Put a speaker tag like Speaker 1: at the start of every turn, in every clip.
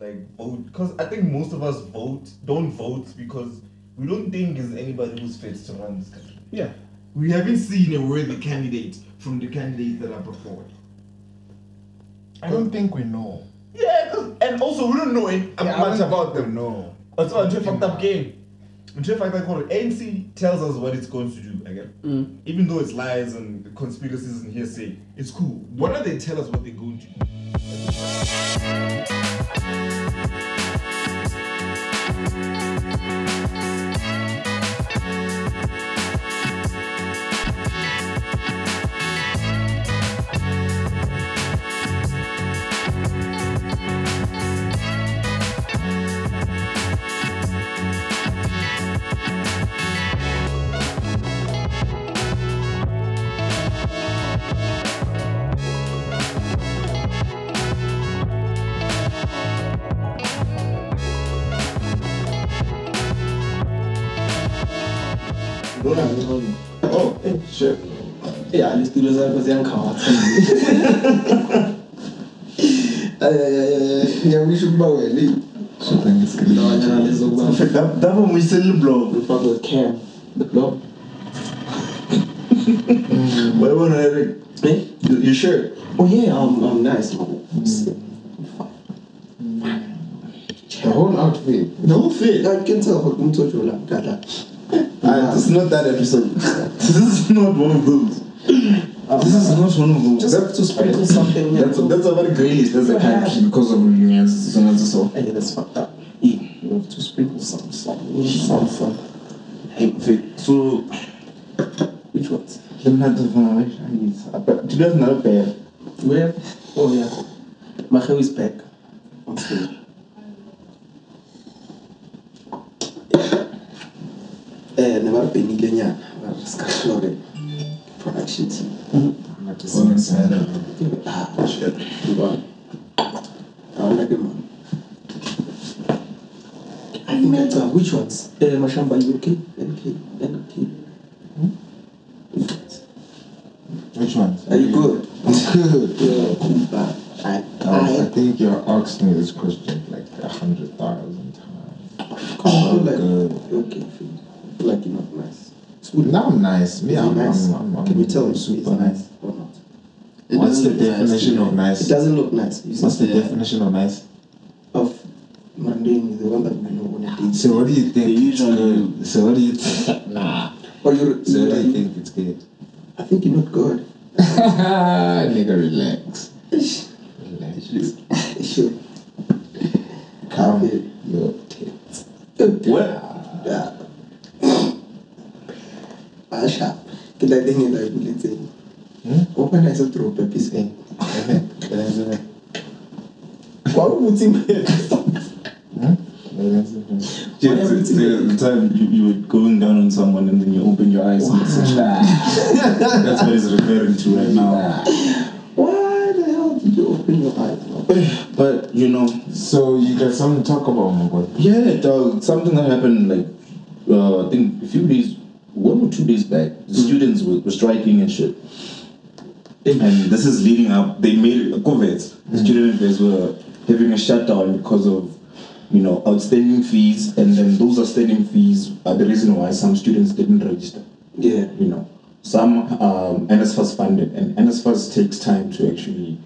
Speaker 1: like vote because I think most of us vote don't vote because we don't think is anybody who's fit to run this country.
Speaker 2: Yeah.
Speaker 1: We haven't seen a worthy candidate from the candidates that are brought forward.
Speaker 3: I don't think we know.
Speaker 1: Yeah, 'cause- and also we don't know it,
Speaker 3: Yeah, I
Speaker 1: much
Speaker 3: don't
Speaker 1: about
Speaker 3: think
Speaker 1: them.
Speaker 3: We know.
Speaker 1: That's why Andre fucked up game. Andre fucked up call. ANC tells us what it's going to do again.
Speaker 2: Mm.
Speaker 1: Even though it's lies and conspiracies and hearsay, it's cool. Why don't they tell us what they're going to do?
Speaker 4: Oh, shit. Ja, die Studios einfach sehr angekauft. ngiyakusho ukuba wena lawanyana lezokuba
Speaker 3: ndavamuyiseli blog
Speaker 4: mfana cam the blob
Speaker 3: wayibona eric
Speaker 4: eh
Speaker 3: you you sure
Speaker 4: oh yeah i'm, I'm nice the whole outfit
Speaker 3: the whole thing
Speaker 4: i can tell ukuthi umthojo la gadla
Speaker 3: Uh, this is not that episode this is not one of those this is not one of those
Speaker 4: Ah. just have to sprinkle something
Speaker 3: that's that's a very grayish that's a kind of because of so
Speaker 4: Hey, that's fucked up. Hey, you have to sprinkle some, some, some, some.
Speaker 3: hey fit so
Speaker 4: Which ones?
Speaker 3: I'm not the one I need but today is not fair
Speaker 4: Where? Oh, yeah. Macho is back. On stage. Eh, ne ba penile nyana ba re ska hlore production team. Ah, shit. Ba. Ah, na ke man. I remember which ones? Eh, Mashamba, you okay? NK, NK. Hmm? Which ones?
Speaker 5: Which ones?
Speaker 4: Are you good?
Speaker 5: Good.
Speaker 4: Yeah, but I,
Speaker 5: I, I
Speaker 4: I,
Speaker 5: think you asked me this question like a hundred thousand times.
Speaker 4: I
Speaker 5: I'm
Speaker 4: like,
Speaker 5: good.
Speaker 4: okay, fine. I feel like you're not nice. It's good.
Speaker 5: Now I'm nice. Me,
Speaker 4: Is he
Speaker 5: I'm,
Speaker 4: nice?
Speaker 5: I'm, I'm, I'm
Speaker 4: Can you tell me
Speaker 5: super
Speaker 4: super nice or not?
Speaker 5: nice. What's the
Speaker 3: doesn't look nice to
Speaker 5: definition
Speaker 3: me.
Speaker 5: of nice?
Speaker 4: It doesn't look nice. You see,
Speaker 5: What's the
Speaker 3: Yeah.
Speaker 5: definition of nice?
Speaker 4: of mundane, the one that we know on a date.
Speaker 5: So what do you think?
Speaker 3: The
Speaker 5: it's
Speaker 3: usual
Speaker 5: good? So what do you think? Nah.
Speaker 4: Or you're,
Speaker 5: So what do you
Speaker 4: you're
Speaker 5: think it's good?
Speaker 4: I think you're not good.
Speaker 5: Nigga, relax. Relax.
Speaker 4: Sure.
Speaker 5: Calm your tits.
Speaker 3: what
Speaker 4: Yeah. Asha, ke la dinge la buletseng.
Speaker 5: Hmm?
Speaker 4: O bona se tro pe pise. Kwa o butse
Speaker 5: Huh? Relax.
Speaker 3: Yeah, it's, it's the, the time you, you were going down on someone and then you open your eyes and it's like, that's what he's referring to right now.
Speaker 4: Why the hell did you open your eyes? man?
Speaker 3: But you know,
Speaker 5: So you got something to talk about, my boy.
Speaker 3: yeah, dog, something that happened like uh, I think a few days, one or two days back, the students were, were striking and shit. And this is leading up. They made a COVID. The student affairs were having a shutdown because of you know outstanding fees, and then those outstanding fees are the reason why some students didn't register.
Speaker 4: Yeah.
Speaker 3: you know, some um, NSFAS funded, and NSFAS takes time to actually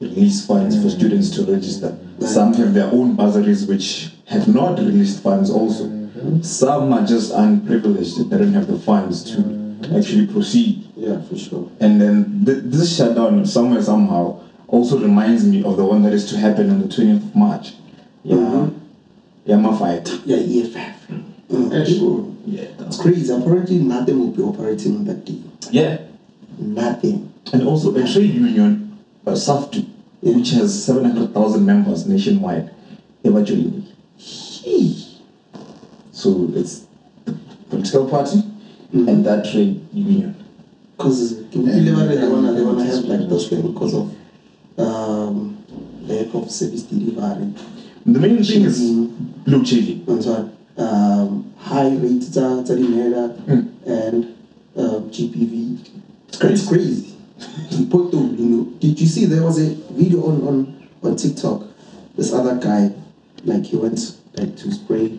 Speaker 3: release funds for students to register. Some have their own bursaries which have not released funds also. Some are just unprivileged; they don't have the funds to actually proceed.
Speaker 4: Yeah, for sure.
Speaker 3: And then th- this shutdown, somewhere somehow, also reminds me of the one that is to happen on the 20th of March. Yeah, yeah, my fight.
Speaker 4: Yeah, EFF. Mm, people-
Speaker 3: Yeah,
Speaker 4: It's crazy. Apparently, nothing will be operating on that day.
Speaker 3: yeah.
Speaker 4: Nothing.
Speaker 3: and also a trade union, uh, SAFTU, which has 700,000 members nationwide, eventually. So it's the political party and that trade union.
Speaker 4: Because in delivery, they wanna they wanna have like those things because of um lack of service delivery.
Speaker 3: The main thing is blue chili.
Speaker 4: I'm sorry. Um, high rates tsa tsa di and uh, GPV. It's crazy. It's crazy. Poto, you know. Did you see there was a video on on on TikTok? This other guy like he went like to spray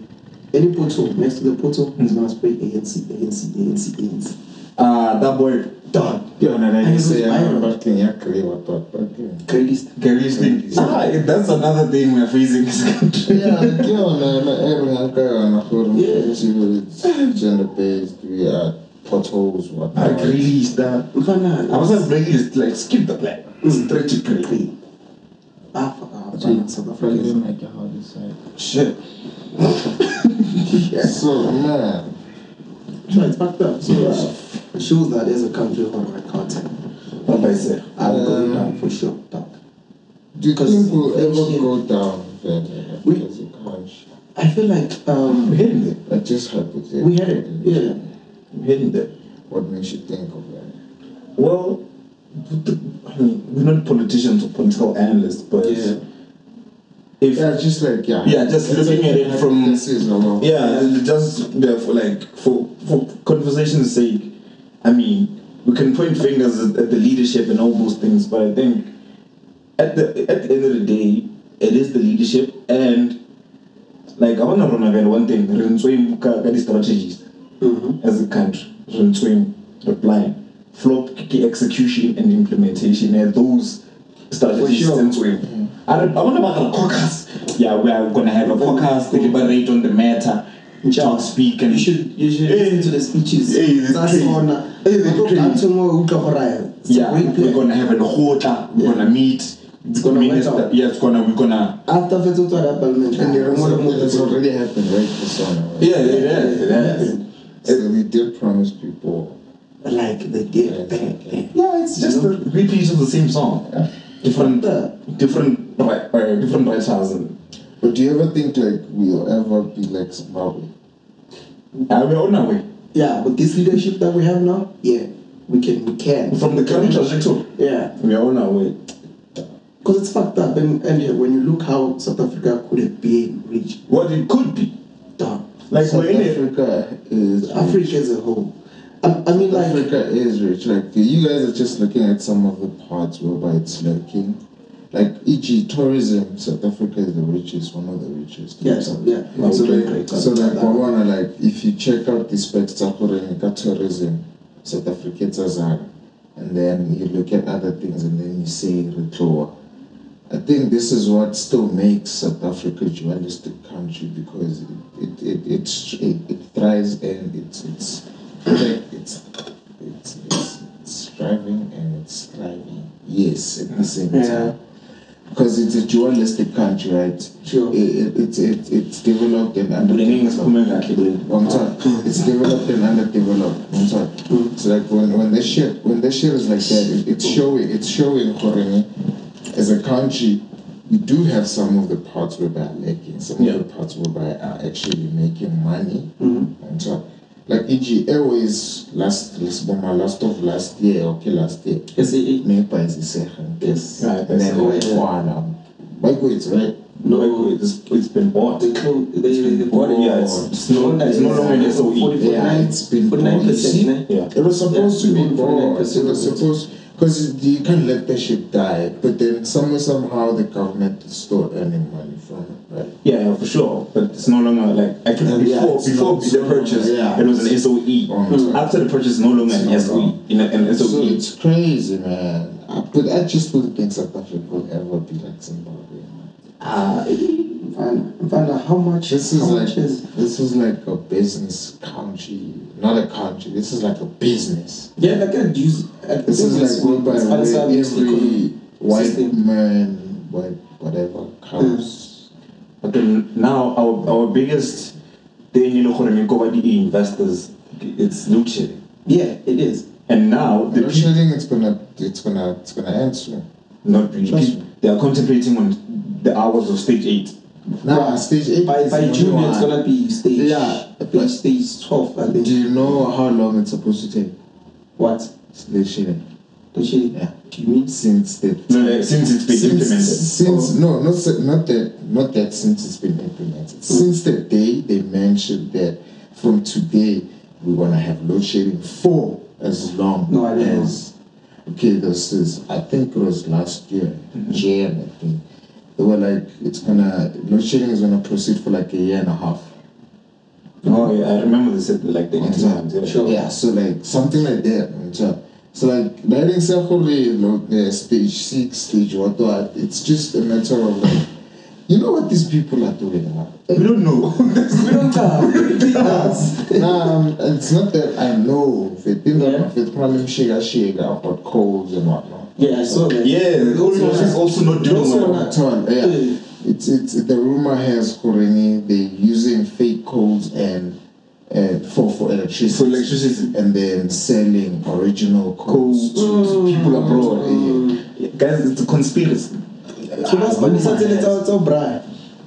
Speaker 4: any portal next to the portal he's gonna spray ANC ANC ANC ANC
Speaker 6: Ah, that word.
Speaker 4: done
Speaker 5: Yona na
Speaker 4: And it was
Speaker 5: yise ya
Speaker 4: viral.
Speaker 5: parking ya kriwa tot parking.
Speaker 4: Crazy.
Speaker 6: Gary Slick. Ah, that's another thing we're facing in this country.
Speaker 5: Yeah, yona na everyone ka yona for gender based we are potholes what.
Speaker 6: I released that.
Speaker 4: Mfana,
Speaker 6: I wasn't released, like, skip the plan.
Speaker 4: Mm.
Speaker 6: Stretch it, Gary.
Speaker 4: Crazy. Hmm. Africa, Mfana, South Africa.
Speaker 5: make a hard decide.
Speaker 6: Shit.
Speaker 5: So man,
Speaker 4: So it's fucked up. So uh, it shows that there's a country on my content.
Speaker 6: What I say?
Speaker 4: I'm going
Speaker 5: Um,
Speaker 4: down for sure. Dog.
Speaker 5: do you
Speaker 4: 'Cause
Speaker 5: think we'll
Speaker 4: actually-
Speaker 5: ever go down there
Speaker 4: We-
Speaker 5: as a country?
Speaker 4: I feel like
Speaker 6: I'm
Speaker 4: um,
Speaker 6: hitting them.
Speaker 5: That just hypothetically.
Speaker 4: we had it. Yeah.
Speaker 6: I'm hitting them.
Speaker 5: What makes you think of that?
Speaker 6: Well, with the- I mean, we're not politicians or political analysts, but
Speaker 4: Yeah.
Speaker 6: if
Speaker 5: Yeah, just like yeah.
Speaker 6: Yeah, just looking at it from-
Speaker 5: this is normal.
Speaker 6: Yeah, th- just yeah, for like for for conversation's sake. I mean, we can point fingers at, at the leadership and all those things, but I think at the at the end of the day, it is the leadership and like I want to run again one thing. Renzoim ka ka di strategies
Speaker 4: Mm-hmm.
Speaker 6: as a country. Renzoim reply, flop ki execution and implementation and those strategies.
Speaker 4: For sure. Mm-hmm.
Speaker 6: Renzoim. I don't, I want to a caucus. Yeah, we are gonna have a caucus. Deliberate on the matter. Child speak and
Speaker 4: You should you should
Speaker 6: Hey.
Speaker 4: listen to the speeches.
Speaker 6: Hey, it's
Speaker 4: That's
Speaker 6: crazy.
Speaker 4: on.
Speaker 6: Hey, it's crazy.
Speaker 4: It's
Speaker 6: yeah,
Speaker 4: a great
Speaker 6: we're
Speaker 4: plan.
Speaker 6: gonna have a quota. We're gonna meet. It's
Speaker 4: gonna work
Speaker 6: minister.
Speaker 4: out.
Speaker 6: Yeah, it's gonna. We're gonna.
Speaker 4: After Fetu to that parliament,
Speaker 5: And
Speaker 4: I'm gonna move
Speaker 5: it's
Speaker 4: this one.
Speaker 5: already happened, right? The song. Right?
Speaker 6: Yeah, it is. It is.
Speaker 5: So we did promise people.
Speaker 4: Like the
Speaker 5: Yeah.
Speaker 4: dip back then.
Speaker 6: Yeah, it's just a repeat of the same song. Different, different, ri- uh, different writers. And,
Speaker 5: But do you ever think like we'll ever be like Zimbabwe?
Speaker 6: uh, we're on our way
Speaker 4: Yeah, with this leadership that we have now, yeah, we can we can.
Speaker 6: from the current trajectory.
Speaker 4: Yeah.
Speaker 6: We're on our way.
Speaker 4: Because it's fucked up, and, and yeah, when you look how South Africa could have been rich,
Speaker 6: What it could be.
Speaker 4: down.
Speaker 6: Like
Speaker 5: South
Speaker 6: we're in it.
Speaker 5: Africa is rich.
Speaker 4: Africa as a whole. I, I mean,
Speaker 5: South
Speaker 4: like,
Speaker 5: Africa is rich. Like you guys are just looking at some of the parts whereby it's lacking. Like e.g. tourism, South Africa is the richest, one of the richest.
Speaker 4: yeah, so, yeah.
Speaker 6: Well,
Speaker 4: so,
Speaker 6: okay.
Speaker 4: like,
Speaker 5: So like Corona, like if you check out the specs Takorenika tourism, South Africans are Zara. And then you look at other things and then you say Retoa. I think this is what still makes South Africa a dualistic country because it it it it, it, it thrives and it's it's like it's it's it's, it's thriving and it's thriving. Yes, at the same time.
Speaker 4: Yeah.
Speaker 5: Because it's a dualistic country, right?
Speaker 4: Sure.
Speaker 5: It, it, it's it, it's developed and
Speaker 6: Bringing us
Speaker 5: underdeveloped.
Speaker 6: coming back. We're
Speaker 5: I'm sorry. It's developed and underdeveloped. I'm sorry. So like when when this shit when this shit is like that, it, it's showing it's showing Korene, as a country, we do have some of the parts whereby are lacking, some
Speaker 6: Yeah.
Speaker 5: of the parts whereby are actually making money.
Speaker 4: Mhm.
Speaker 5: I'm sorry. Like e.g. Airways last last last of last year, okay last year.
Speaker 4: SAA?
Speaker 5: Nepa is the second.
Speaker 4: Yes.
Speaker 6: Right,
Speaker 5: And then
Speaker 4: so,
Speaker 5: like
Speaker 4: yeah.
Speaker 5: Kuala. Biko it's right.
Speaker 4: No,
Speaker 6: It's, it's been bought.
Speaker 4: they close, they, they, they
Speaker 6: What? Yeah, it's, it's, no, it's no longer an E. SOE.
Speaker 5: Yeah, it's been
Speaker 4: percent
Speaker 5: bought.
Speaker 6: Yeah.
Speaker 5: It was supposed
Speaker 4: Yeah,
Speaker 5: to be
Speaker 4: we
Speaker 5: bought.
Speaker 4: own 49%
Speaker 5: It was
Speaker 4: of it.
Speaker 5: supposed because you can't let the ship die. But then somewhere somehow the government is still earning money from it, right?
Speaker 6: Yeah, yeah, for sure. But it's no longer like actually
Speaker 5: Yeah, yeah,
Speaker 6: before
Speaker 5: it's
Speaker 6: before
Speaker 5: not-
Speaker 6: the purchase,
Speaker 5: yeah.
Speaker 6: it was an SOE.
Speaker 5: Mm.
Speaker 6: After the purchase, no longer an
Speaker 5: It's no
Speaker 6: SOE. In a, E. an
Speaker 5: So
Speaker 6: SOE.
Speaker 5: it's crazy, man. I, but I just don't think South Africa will ever be like Zimbabwe. man.
Speaker 4: Ah,
Speaker 6: Uh,
Speaker 4: Mfana, Mfana, how much,
Speaker 5: This is
Speaker 4: how
Speaker 5: like
Speaker 4: much is,
Speaker 5: this is like a business country, not a country. This is like a business.
Speaker 4: yeah, like, I use, I
Speaker 5: This is like
Speaker 4: one
Speaker 5: whereby where every white
Speaker 4: system.
Speaker 5: man, white whatever comes.
Speaker 6: But then now our our biggest thing in the investors, it's loot shedding.
Speaker 4: Yeah, it is.
Speaker 6: And now the
Speaker 5: The
Speaker 6: people
Speaker 5: shooting it's gonna it's gonna it's gonna end soon.
Speaker 6: not really
Speaker 5: Trust
Speaker 6: people, they are concentrating on the hours of stage eight.
Speaker 5: Now stage eight.
Speaker 4: By,
Speaker 5: is
Speaker 4: by
Speaker 5: the
Speaker 4: June,
Speaker 5: only
Speaker 4: it's
Speaker 5: one.
Speaker 4: gonna be stage,
Speaker 5: Yeah, but-
Speaker 4: stage, stage 12, I think.
Speaker 5: Do you know how long it's supposed to take?
Speaker 4: What?
Speaker 5: Stage shooting.
Speaker 4: Don't you?
Speaker 5: Yeah.
Speaker 4: Do you mean?
Speaker 5: Since the
Speaker 6: No, like, since it's been
Speaker 5: since,
Speaker 6: implemented. Oh.
Speaker 5: since no not si- not that not that since it's been
Speaker 6: Oh.
Speaker 5: implemented. Since the day they mentioned that from today we're gonna have load shedding for as long
Speaker 4: No, I don't know.
Speaker 6: Mm-hmm.
Speaker 5: as okay this is I think it was last year Jan I think They were like, it's gonna, load shedding is gonna proceed for like a year and a half.
Speaker 6: Oh, yeah, I remember they said like the internet. Yeah.
Speaker 5: Sure. Yeah, so like something like that. and So, so like that in Sakuri, like, uh, stage six, stage what, what, it's just a matter of like, you know what these people are doing. Huh?
Speaker 6: We don't know.
Speaker 4: We don't care. Yes.
Speaker 5: nah, um, it's not that I know if it didn't
Speaker 4: Yeah.
Speaker 5: if it probably shaker shaker about colds and whatnot.
Speaker 4: Yeah, I saw that.
Speaker 6: yeah, the old
Speaker 4: So,
Speaker 6: is also not
Speaker 4: You
Speaker 6: doing
Speaker 4: also
Speaker 6: well.
Speaker 4: wanna-
Speaker 5: At all, yeah.
Speaker 4: Mm.
Speaker 5: It's it's the rumor has Koreni they using fake colds and and for for electricity.
Speaker 6: For electricity.
Speaker 5: and then selling original colds to, to people abroad. eh?
Speaker 4: Mm.
Speaker 5: Yeah.
Speaker 6: Yeah, Ah, guys, it's a conspiracy.
Speaker 4: So that's when it's until it's out of bra.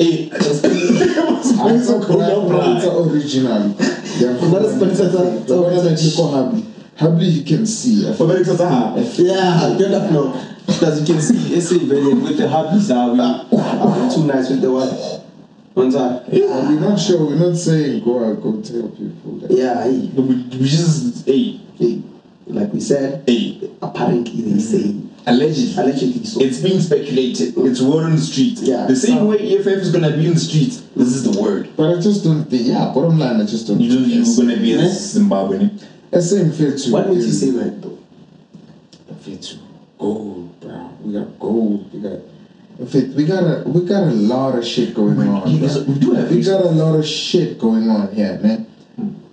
Speaker 6: Hey,
Speaker 5: I'm so
Speaker 6: cold abroad.
Speaker 5: It's original.
Speaker 4: That is better than-
Speaker 5: Habli. Habli you can see.
Speaker 6: for very close, ah.
Speaker 4: Yeah, get up now.
Speaker 2: As you can see, SA Velen with the hobbies are we
Speaker 6: uh,
Speaker 2: are too nice with the one. One time.
Speaker 5: And we're not sure. We're not saying go out, go tell people. That.
Speaker 4: Yeah, hey,
Speaker 6: We, we just, hey,
Speaker 4: hey. Like we said,
Speaker 6: hey,
Speaker 4: apparently they say
Speaker 6: allegedly.
Speaker 4: allegedly so.
Speaker 6: It's being speculated. It's word on the street.
Speaker 4: Yeah.
Speaker 6: The same way EFF is gonna be in the street. This is the word.
Speaker 5: But I just don't think. Yeah, bottom line, I just don't.
Speaker 6: You don't, you're gonna be in
Speaker 4: Yeah.
Speaker 6: Zimbabwe. ne?
Speaker 5: SM Fetu.
Speaker 4: Why would you say that though?
Speaker 5: Fetu? Gold, bro. We got gold. We got. In fact, we got a we got a lot of shit going on.
Speaker 6: yes,
Speaker 5: bro.
Speaker 6: we do have
Speaker 5: we
Speaker 6: issues.
Speaker 5: got a lot of shit going on here, man.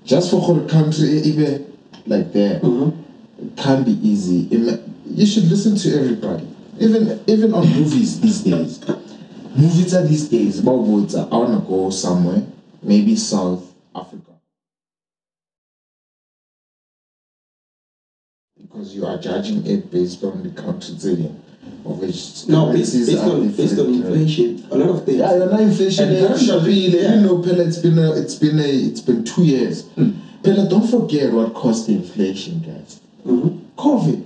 Speaker 5: Just for whole country, even like that,
Speaker 6: Mm-hmm.
Speaker 5: it can't be easy. Ima- You should listen to everybody, even even on movies these days. movies are these days. About words, I wanna go somewhere, maybe South Africa. Because you are judging it based on the country zillion, of which
Speaker 4: No, based,
Speaker 5: currencies
Speaker 4: based
Speaker 5: are
Speaker 4: on based on
Speaker 5: different, right?
Speaker 4: inflation, a lot of things.
Speaker 5: Yeah, you're not inflation.
Speaker 6: And
Speaker 5: And
Speaker 6: that should be-
Speaker 5: You know, Pele, it's been a, it's been a, it's been two years. Pele, don't forget what caused the inflation, guys. COVID.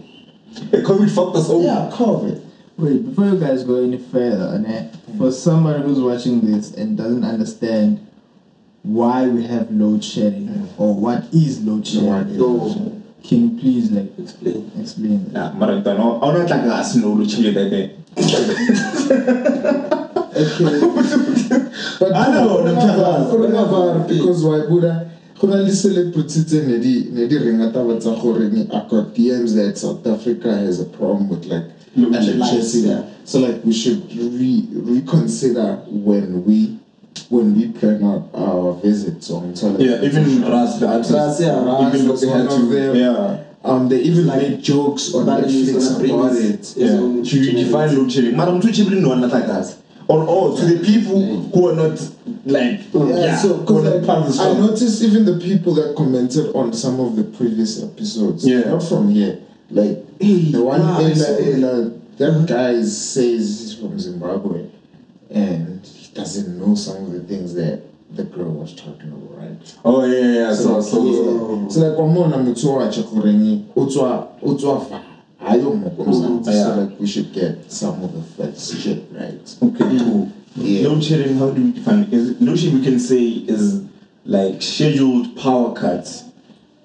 Speaker 6: Hey, COVID fucked us over.
Speaker 5: Yeah, COVID.
Speaker 7: Wait, before you guys go any further, Annette, for someone who's watching this and doesn't understand why we have load shedding or what is load shedding,
Speaker 4: So
Speaker 7: can you please like
Speaker 4: explain.
Speaker 7: explain
Speaker 6: Yeah,
Speaker 7: that?
Speaker 6: Maratano. I'm not like us, no, Luchile, that eh? day.
Speaker 5: Okay. but
Speaker 6: I know,
Speaker 5: Corona
Speaker 6: I'm talking
Speaker 5: var-
Speaker 6: about-
Speaker 5: Corona var, because why Buddha? go na le celebrity tse ne di ne di ringa taba tsa gore ne a got DMs that South Africa has a problem with like electricity.
Speaker 4: yeah.
Speaker 5: So like we should re- reconsider when we when we plan out our visits on television.
Speaker 6: Yeah, even Ras, the artist.
Speaker 4: Ras, yeah, Ras
Speaker 6: even
Speaker 5: was
Speaker 6: they had
Speaker 5: one of
Speaker 6: to-
Speaker 5: them.
Speaker 6: Yeah.
Speaker 5: Um, they even
Speaker 4: Like,
Speaker 5: made jokes on
Speaker 4: But he's
Speaker 5: Netflix
Speaker 4: gonna bring
Speaker 5: about
Speaker 4: his,
Speaker 5: it.
Speaker 4: his
Speaker 6: Yeah.
Speaker 4: own
Speaker 6: To define load shedding. Madam, two children, no one like us. Or, or to the people who are not like,
Speaker 5: Yeah, so
Speaker 6: who are
Speaker 5: 'cause,
Speaker 6: not part
Speaker 5: like,
Speaker 6: of the
Speaker 5: I
Speaker 6: struggle.
Speaker 5: noticed even the people that commented on some of the previous episodes,
Speaker 6: Yeah.
Speaker 5: not from here, like
Speaker 4: Hey,
Speaker 5: the one
Speaker 4: nah, I
Speaker 5: Ella,
Speaker 4: saw it.
Speaker 5: Ella, that guy says he's from Zimbabwe and he doesn't know some of the things that the girl was talking about, right?
Speaker 6: Oh, yeah, yeah, yeah. So, so, so.
Speaker 4: Yeah.
Speaker 5: So like one more mutsuwacha kurenyi utswa utswa fa hayo mukomzansi.
Speaker 6: Yeah.
Speaker 5: So like we should get some of the facts shit right.
Speaker 6: Okay, cool.
Speaker 5: Yeah.
Speaker 6: Load shedding, how do we define it? Is, load shedding, we can say, is like scheduled power cuts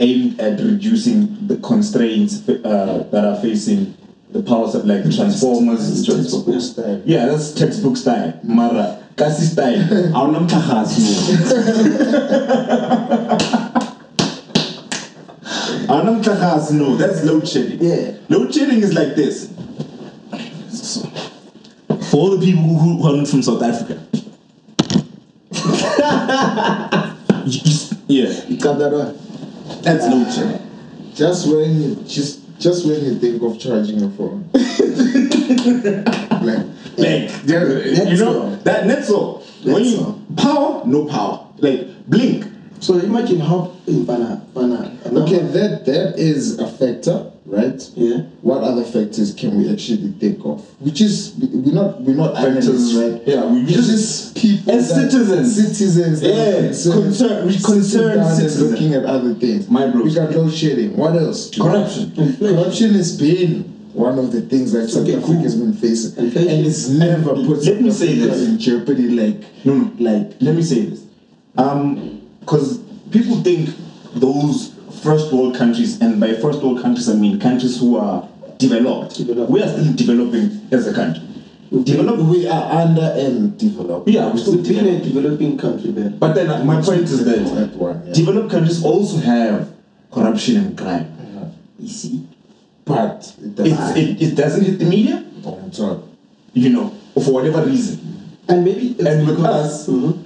Speaker 6: aimed at reducing the constraints uh, that are facing the power, sup- like the transformers. transform-
Speaker 5: Textbook style.
Speaker 6: Yeah, that's textbook style. Mara, kasi style. Awunam Awunam no. That's load shedding.
Speaker 4: Yeah.
Speaker 6: Load shedding is like this. So, for all the people who, who are not from South Africa. You just- yeah,
Speaker 5: You got that right.
Speaker 6: that's load shedding.
Speaker 5: Just when you just just when you think of charging your phone. like
Speaker 6: Like, there- you know, that that's all. When you power, no power. Like, blink.
Speaker 4: So imagine how in Bana Bana.
Speaker 5: okay, that that is a factor, right?
Speaker 4: Yeah.
Speaker 5: What other factors can we actually think of? Which is we're not we're not analysts, right?
Speaker 6: Yeah, we we
Speaker 5: It's
Speaker 6: just
Speaker 5: just people
Speaker 6: As
Speaker 5: that-
Speaker 6: citizens.
Speaker 5: citizens that are
Speaker 6: Yeah,
Speaker 5: concerned,
Speaker 6: concern- we
Speaker 5: sit
Speaker 6: concerned
Speaker 5: down and
Speaker 6: citizens.
Speaker 5: looking at other things.
Speaker 6: My bros.
Speaker 5: We got load shedding. What else?
Speaker 6: Corruption.
Speaker 5: Corruption has been one of the things that South
Speaker 4: Okay,
Speaker 5: Africa
Speaker 4: cool.
Speaker 5: has been facing, and
Speaker 4: Inflation.
Speaker 5: it's never put
Speaker 6: let
Speaker 5: South
Speaker 6: me say
Speaker 5: Africa
Speaker 6: this.
Speaker 5: in jeopardy. Like
Speaker 6: No, no.
Speaker 5: like
Speaker 6: let me say this um because people think those first world countries and by first world countries i mean countries who are developed
Speaker 4: Developed.
Speaker 6: we are still developing as a country
Speaker 5: Develop, we are under and developed.
Speaker 6: Yeah, we still
Speaker 4: being
Speaker 6: develop.
Speaker 4: a developing country man
Speaker 6: But then uh, my point is that
Speaker 5: That one, yeah.
Speaker 6: developed countries also have corruption and crime.
Speaker 4: you see
Speaker 5: But it
Speaker 6: It's,
Speaker 5: doesn't.
Speaker 6: it, it doesn't hit the media,
Speaker 5: Don't talk.
Speaker 6: you know, for whatever reason.
Speaker 4: and maybe it's
Speaker 6: And with
Speaker 4: because Mhm.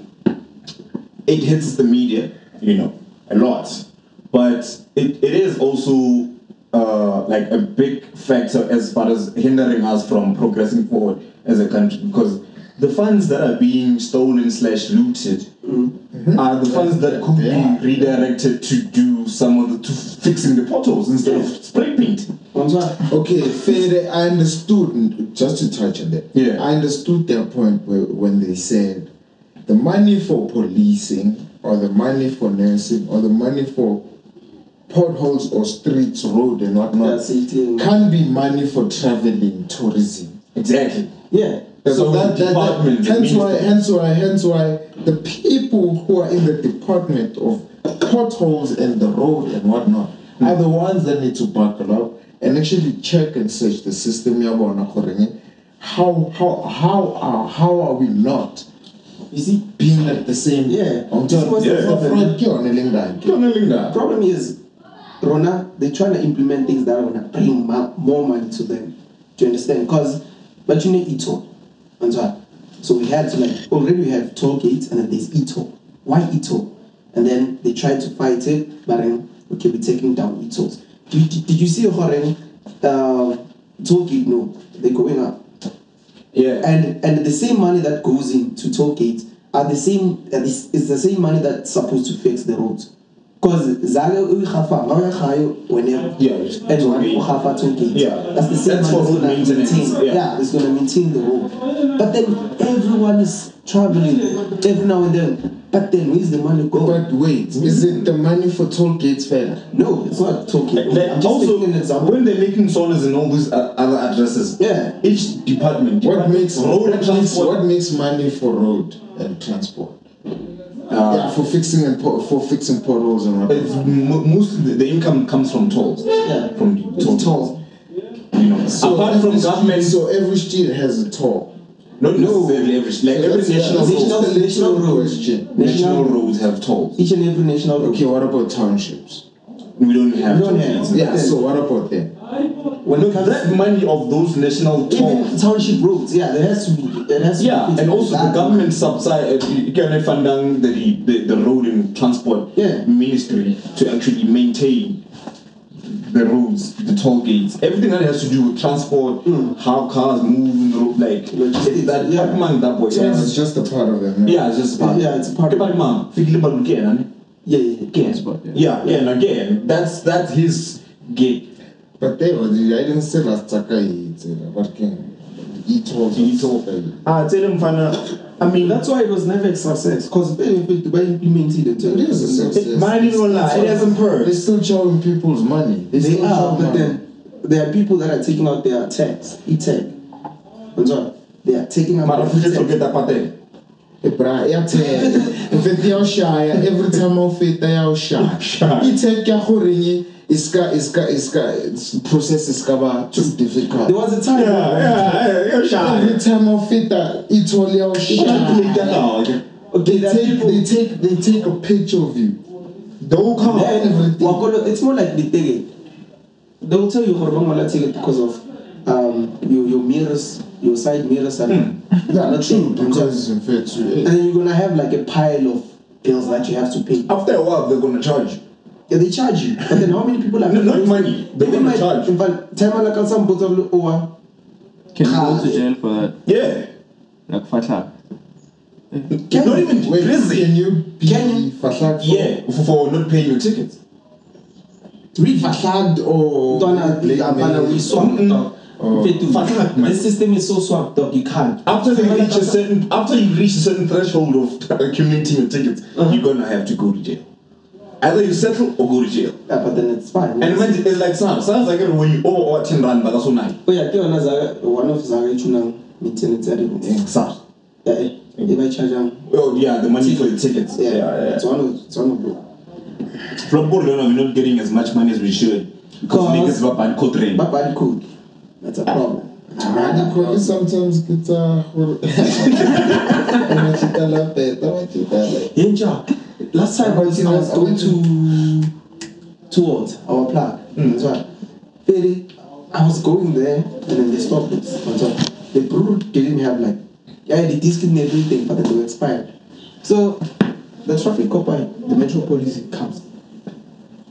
Speaker 6: It hits the media, you know, a lot. But it, it is also uh, like a big factor as far as hindering us from progressing forward as a country because the funds that are being stolen slash looted
Speaker 4: Mm-hmm.
Speaker 6: are the funds that could
Speaker 5: Yeah.
Speaker 6: be redirected to do some of the to fixing the potholes instead of spray paint.
Speaker 4: What's that?
Speaker 5: Okay, Fede, I understood, just to touch on that,
Speaker 6: Yeah.
Speaker 5: I understood their point where, when they said the money for policing or the money for nursing or the money for potholes or streets, road and
Speaker 4: yeah
Speaker 5: whatnot
Speaker 4: safety and-
Speaker 5: can be money for traveling, tourism.
Speaker 6: Exactly.
Speaker 4: yeah
Speaker 5: so
Speaker 6: only
Speaker 5: that, that, that,
Speaker 6: department that
Speaker 5: hence
Speaker 6: means
Speaker 5: why,
Speaker 6: that.
Speaker 5: hence why, hence why the people who are in the department of potholes and the road and whatnot are the ones that need to buckle up and actually check and search the system. ya bona gore ne, How how how are how are we not
Speaker 4: you see
Speaker 5: being at the same?
Speaker 4: Yeah.
Speaker 5: I'm
Speaker 4: This
Speaker 5: telling
Speaker 4: was the
Speaker 5: yeah.
Speaker 4: problem.
Speaker 5: Fraud, ke yone le nna ke.
Speaker 4: The problem is, Rona, they're trying to implement things that are going to bring ma- more money to them. Do you understand? Because, but you need E ETO. And so, so we had to like, already we have toll gates and then there's ETO. Why ETO? And then they tried to fight it, but then, okay, we're taking down E ETOs. Did, did, did you see Horen, uh, toll gate? No, they're going up.
Speaker 6: Yeah.
Speaker 4: And and the same money that goes into toll gates are the same uh, is, is the same money that's supposed to fix the roads. Because Zaga Uhafa whenever
Speaker 6: Yeah, it's
Speaker 4: and one Uhafa toll gate.
Speaker 6: Yeah.
Speaker 4: That's the same
Speaker 6: That's
Speaker 4: money
Speaker 6: for
Speaker 4: that's gonna
Speaker 6: maintenance,
Speaker 4: maintain.
Speaker 6: yeah.
Speaker 4: it's gonna maintain the road. But then everyone is traveling every now and then. But then where's the money going?
Speaker 5: But wait, is it the money for toll gates fella?
Speaker 4: no, it's not toll gate.
Speaker 6: Like,
Speaker 4: I'm just
Speaker 6: also,
Speaker 4: taking an example.
Speaker 6: when they're making solos and all these uh, other addresses,
Speaker 4: Yeah.
Speaker 6: each department,
Speaker 5: What
Speaker 6: department,
Speaker 5: makes
Speaker 6: road and
Speaker 5: what makes, what
Speaker 6: transport,
Speaker 5: makes money for road and transport? yeah, for fixing and po- for fixing potholes and whatnot.
Speaker 6: uh, it's mo- most of the, the income comes from tolls, yeah. from the toll,
Speaker 4: Toll.
Speaker 6: You know, apart
Speaker 5: every
Speaker 6: from
Speaker 5: street-
Speaker 6: government,
Speaker 5: so every street has a toll.
Speaker 6: not necessarily every, like every
Speaker 5: That's-
Speaker 6: national
Speaker 5: that's
Speaker 6: road,
Speaker 5: the
Speaker 4: national
Speaker 5: little
Speaker 4: road.
Speaker 5: question.
Speaker 6: national roads have tolls.
Speaker 4: Each and every national road.
Speaker 5: Okay, what about townships?
Speaker 6: We don't have
Speaker 4: We don't have-
Speaker 6: tolls.
Speaker 5: Yeah, so what about them?
Speaker 4: When it
Speaker 6: Look,
Speaker 4: comes
Speaker 6: that money of those national tolls.
Speaker 4: even township roads, yeah, there has to be there has to
Speaker 6: Yeah,
Speaker 4: be
Speaker 6: and also the government uh, subside, can fund down the, the, the road and transport
Speaker 4: Yeah.
Speaker 6: ministry to actually maintain the roads, the toll gates, everything that has to do with transport, how cars move in the road, like
Speaker 4: Hmm. Logistics,
Speaker 6: that
Speaker 4: yeah.
Speaker 6: yeah. man, that boy.
Speaker 5: Yeah,
Speaker 6: Yeah,
Speaker 5: it's just a part of them.
Speaker 6: yeah, it's just part.
Speaker 4: Yeah, it's a part of
Speaker 6: But
Speaker 4: it.
Speaker 6: man, fikile ba lokela, ne?
Speaker 4: Yeah, yeah, yeah.
Speaker 6: Again.
Speaker 7: Transport, yeah.
Speaker 6: Yeah, yeah, and again, that's that's his gate.
Speaker 5: But they were the- I didn't say last Sakai it's uh, working. Eat all
Speaker 6: Eat all. Ah, tell him, fana. I mean,
Speaker 4: That's why it was never a success because Dubai implemented it.
Speaker 5: It is a success.
Speaker 6: it, mine is not lie. It hasn't
Speaker 5: They're
Speaker 6: purged.
Speaker 5: still showing people's money. They,
Speaker 4: They
Speaker 5: still
Speaker 4: are,
Speaker 5: showing money.
Speaker 4: but then there are people that are taking out their tax, e-tech. And so they are taking out
Speaker 6: Mara
Speaker 4: their
Speaker 6: futhi soketa pateng.
Speaker 5: Eh, bra, ya tshela. Ufete ya o shaya, every time o feta ya o shaya.
Speaker 6: Shaya.
Speaker 5: E tech ya goreng e ska- e ska- e ska- s- process e ska ba too
Speaker 4: There
Speaker 5: difficult.
Speaker 4: was a time
Speaker 6: yeah,
Speaker 5: Every time o feta, e tole ya o shaya.
Speaker 4: when,
Speaker 5: They
Speaker 4: okay, there are
Speaker 5: take-
Speaker 4: people
Speaker 5: they take- they take a picture of you.
Speaker 4: then
Speaker 5: everything.
Speaker 4: Wakolo, it's more like the ticket. They will tell you Horbangola ticket because of um, your, your mirrors, your side mirrors are
Speaker 5: Yeah,
Speaker 4: not
Speaker 5: Hmm. true,
Speaker 4: taken.
Speaker 5: because in fact,
Speaker 4: And
Speaker 5: eh,
Speaker 4: then you're gonna have like a pile of bills that you have to pay.
Speaker 6: After a while, they're gonna charge.
Speaker 4: Yeah, they charge you. But then how many people are
Speaker 6: No, not money. They're
Speaker 4: Even
Speaker 6: gonna
Speaker 4: my-
Speaker 6: charge.
Speaker 4: In fact, time I like some bottles of over.
Speaker 7: Can you go
Speaker 4: Ah.
Speaker 7: to jail for that?
Speaker 6: Yeah.
Speaker 7: Like fatlak.
Speaker 4: Can
Speaker 6: not even
Speaker 5: wait,
Speaker 6: prison.
Speaker 5: can you be
Speaker 4: Can you-
Speaker 5: fahlad for-
Speaker 6: Yeah, for, for not paying your tickets.
Speaker 4: Read
Speaker 5: fahlad or
Speaker 4: Donna,
Speaker 5: black
Speaker 4: Abana, we
Speaker 5: man?
Speaker 4: swamped dog.
Speaker 5: Oh.
Speaker 6: Fuck,
Speaker 4: Fetu,
Speaker 6: man.
Speaker 4: the system is so swamped dog, you can't.
Speaker 6: After you
Speaker 4: Temela
Speaker 6: reach a
Speaker 4: Kansa-
Speaker 6: certain, after you reach a certain threshold of accumulating your tickets, you're gonna have to go to jail. Either you settle or go to jail.
Speaker 4: Yeah, but then it's fine.
Speaker 6: And imagine, it's like SARS. SARS like when you owe or 10 rand, but that's so nice.
Speaker 4: oh yeah, ke yona Zaga- one of Zaga Chunang maintenance ya di-
Speaker 6: SARS.
Speaker 4: Yeah, eh, e ba e charge-ang.
Speaker 6: Oh yeah, the money for the tickets.
Speaker 4: Yeah, it's one of it's one of the.
Speaker 6: From Bordeaux, we're not getting as much money as we should. Because
Speaker 4: Because-
Speaker 6: niggas were bad code rain.
Speaker 4: But bad code, that's a problem.
Speaker 5: Mani khona sometimes uh, kita hore ana kita la beta wa kita la.
Speaker 2: Yenja, last time I was, I was going to
Speaker 4: towards our plug. That's why. Really, I was going there and then they stopped us. That's why. The brew didn't have like, yeah, the disc and everything, but then they were expired. So the traffic cop, uh, the metro police comes.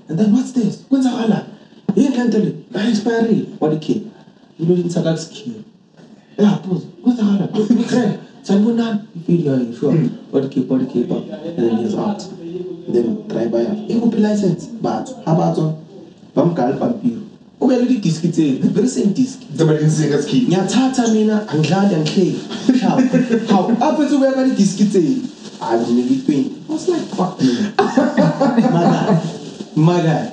Speaker 4: And then what's this? What's the hala? Yeah, can't tell you. I expire. What the kid? You know, it's a guy's kid. Yeah, pause. What's the hala? What's that? Sanbona, you feel you're sure. What the kid, what the kid, and then he's out. then driver ya ekophi license batho ga batswa ba mokale pampiri o be le di-diski tseno the very same disk ngiyathatha mina angidlali angihleki Hawu, hawu aphethe ubuya ka di-diski tseno hayi mnike i-twenty I was like fuck mina Makaya, makaya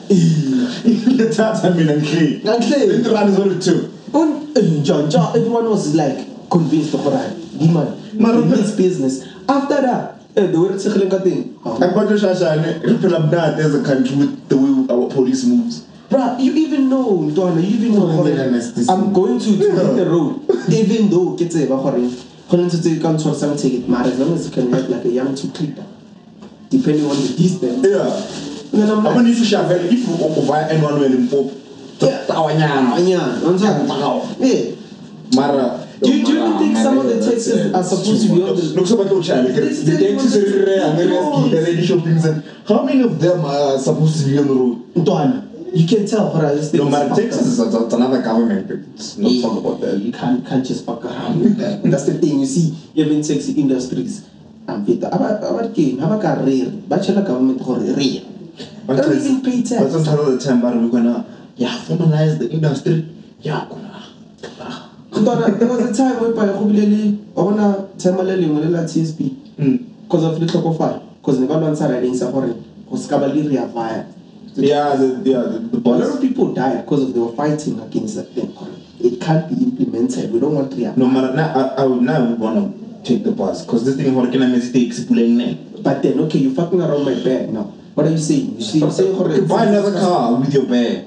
Speaker 6: Ngithatha mina ngihleli.
Speaker 4: angihleki
Speaker 6: Indrani zoluthu.
Speaker 4: Un- eh, nja nja everyone was like convinced of right demon
Speaker 6: Mara-
Speaker 4: it's business after that eh, the way re tshegeleng ka teng hawu.
Speaker 6: Abantu shashane riphela mnandi as a country with the way our police moves.
Speaker 4: Bruh, you even know, Ntwana, you even know.
Speaker 5: Ntwana,
Speaker 4: gore
Speaker 5: that's this
Speaker 4: I'm
Speaker 5: thing.
Speaker 4: going to, to hit the road, even though ke tseba gore go ne ntse ka ntshwara some ticket, mara as long as you can have like a young two clipper, depending on the distance.
Speaker 6: Yeah.
Speaker 4: And then I'm
Speaker 6: Aba
Speaker 4: like,
Speaker 6: nifu shavele ifu ukuvaya N1 wele mpopo.
Speaker 4: yeah, "Ah,
Speaker 6: Tawanyana.
Speaker 4: yeah, I'm
Speaker 6: Wow.
Speaker 4: sorry. Yeah.
Speaker 5: Mara.
Speaker 4: Do you, do you think some of the
Speaker 5: that's
Speaker 4: taxis
Speaker 5: it.
Speaker 4: are supposed to be on the...
Speaker 6: Lokusoba to chale.
Speaker 4: It's
Speaker 6: The taxis are rare and the
Speaker 4: it's-
Speaker 6: rest the lady shopping center. How many of them are supposed to be on the road?
Speaker 4: Ntwana, you can tell what I just
Speaker 6: No, but Texas is a, it's another government. Let's not talk about that.
Speaker 4: Eh, You can't, can't just fuck around with that. That's the thing. You see, even taxi industries. I'm bitter. About about game. How about career? Bachelor government for real.
Speaker 6: But
Speaker 4: Don't
Speaker 6: it's-
Speaker 4: even pay tax.
Speaker 6: But sometimes all the time, but we're gonna
Speaker 4: Yeah.
Speaker 6: formalize the industry. Yeah, gonna.
Speaker 4: Ntwana, there was a time where by Hubilele, I wanna time le lengwe le la TSB.
Speaker 6: Hmm.
Speaker 4: Because of the tlhokofala. Because ne ba lwantsha riding sa gore go ska ba le reavire.
Speaker 6: Yeah, the, yeah, the, the
Speaker 4: A lot of
Speaker 6: boss.
Speaker 4: people died because of they were fighting against that thing. It can't be implemented. We don't want reavire.
Speaker 6: No matter now, I, I would now wanna take the bus because this thing what can I miss takes pulling name.
Speaker 4: But then, okay, you're fucking around my bag now. What are you saying? You see, you're saying gore-
Speaker 6: You buy another car with your bag.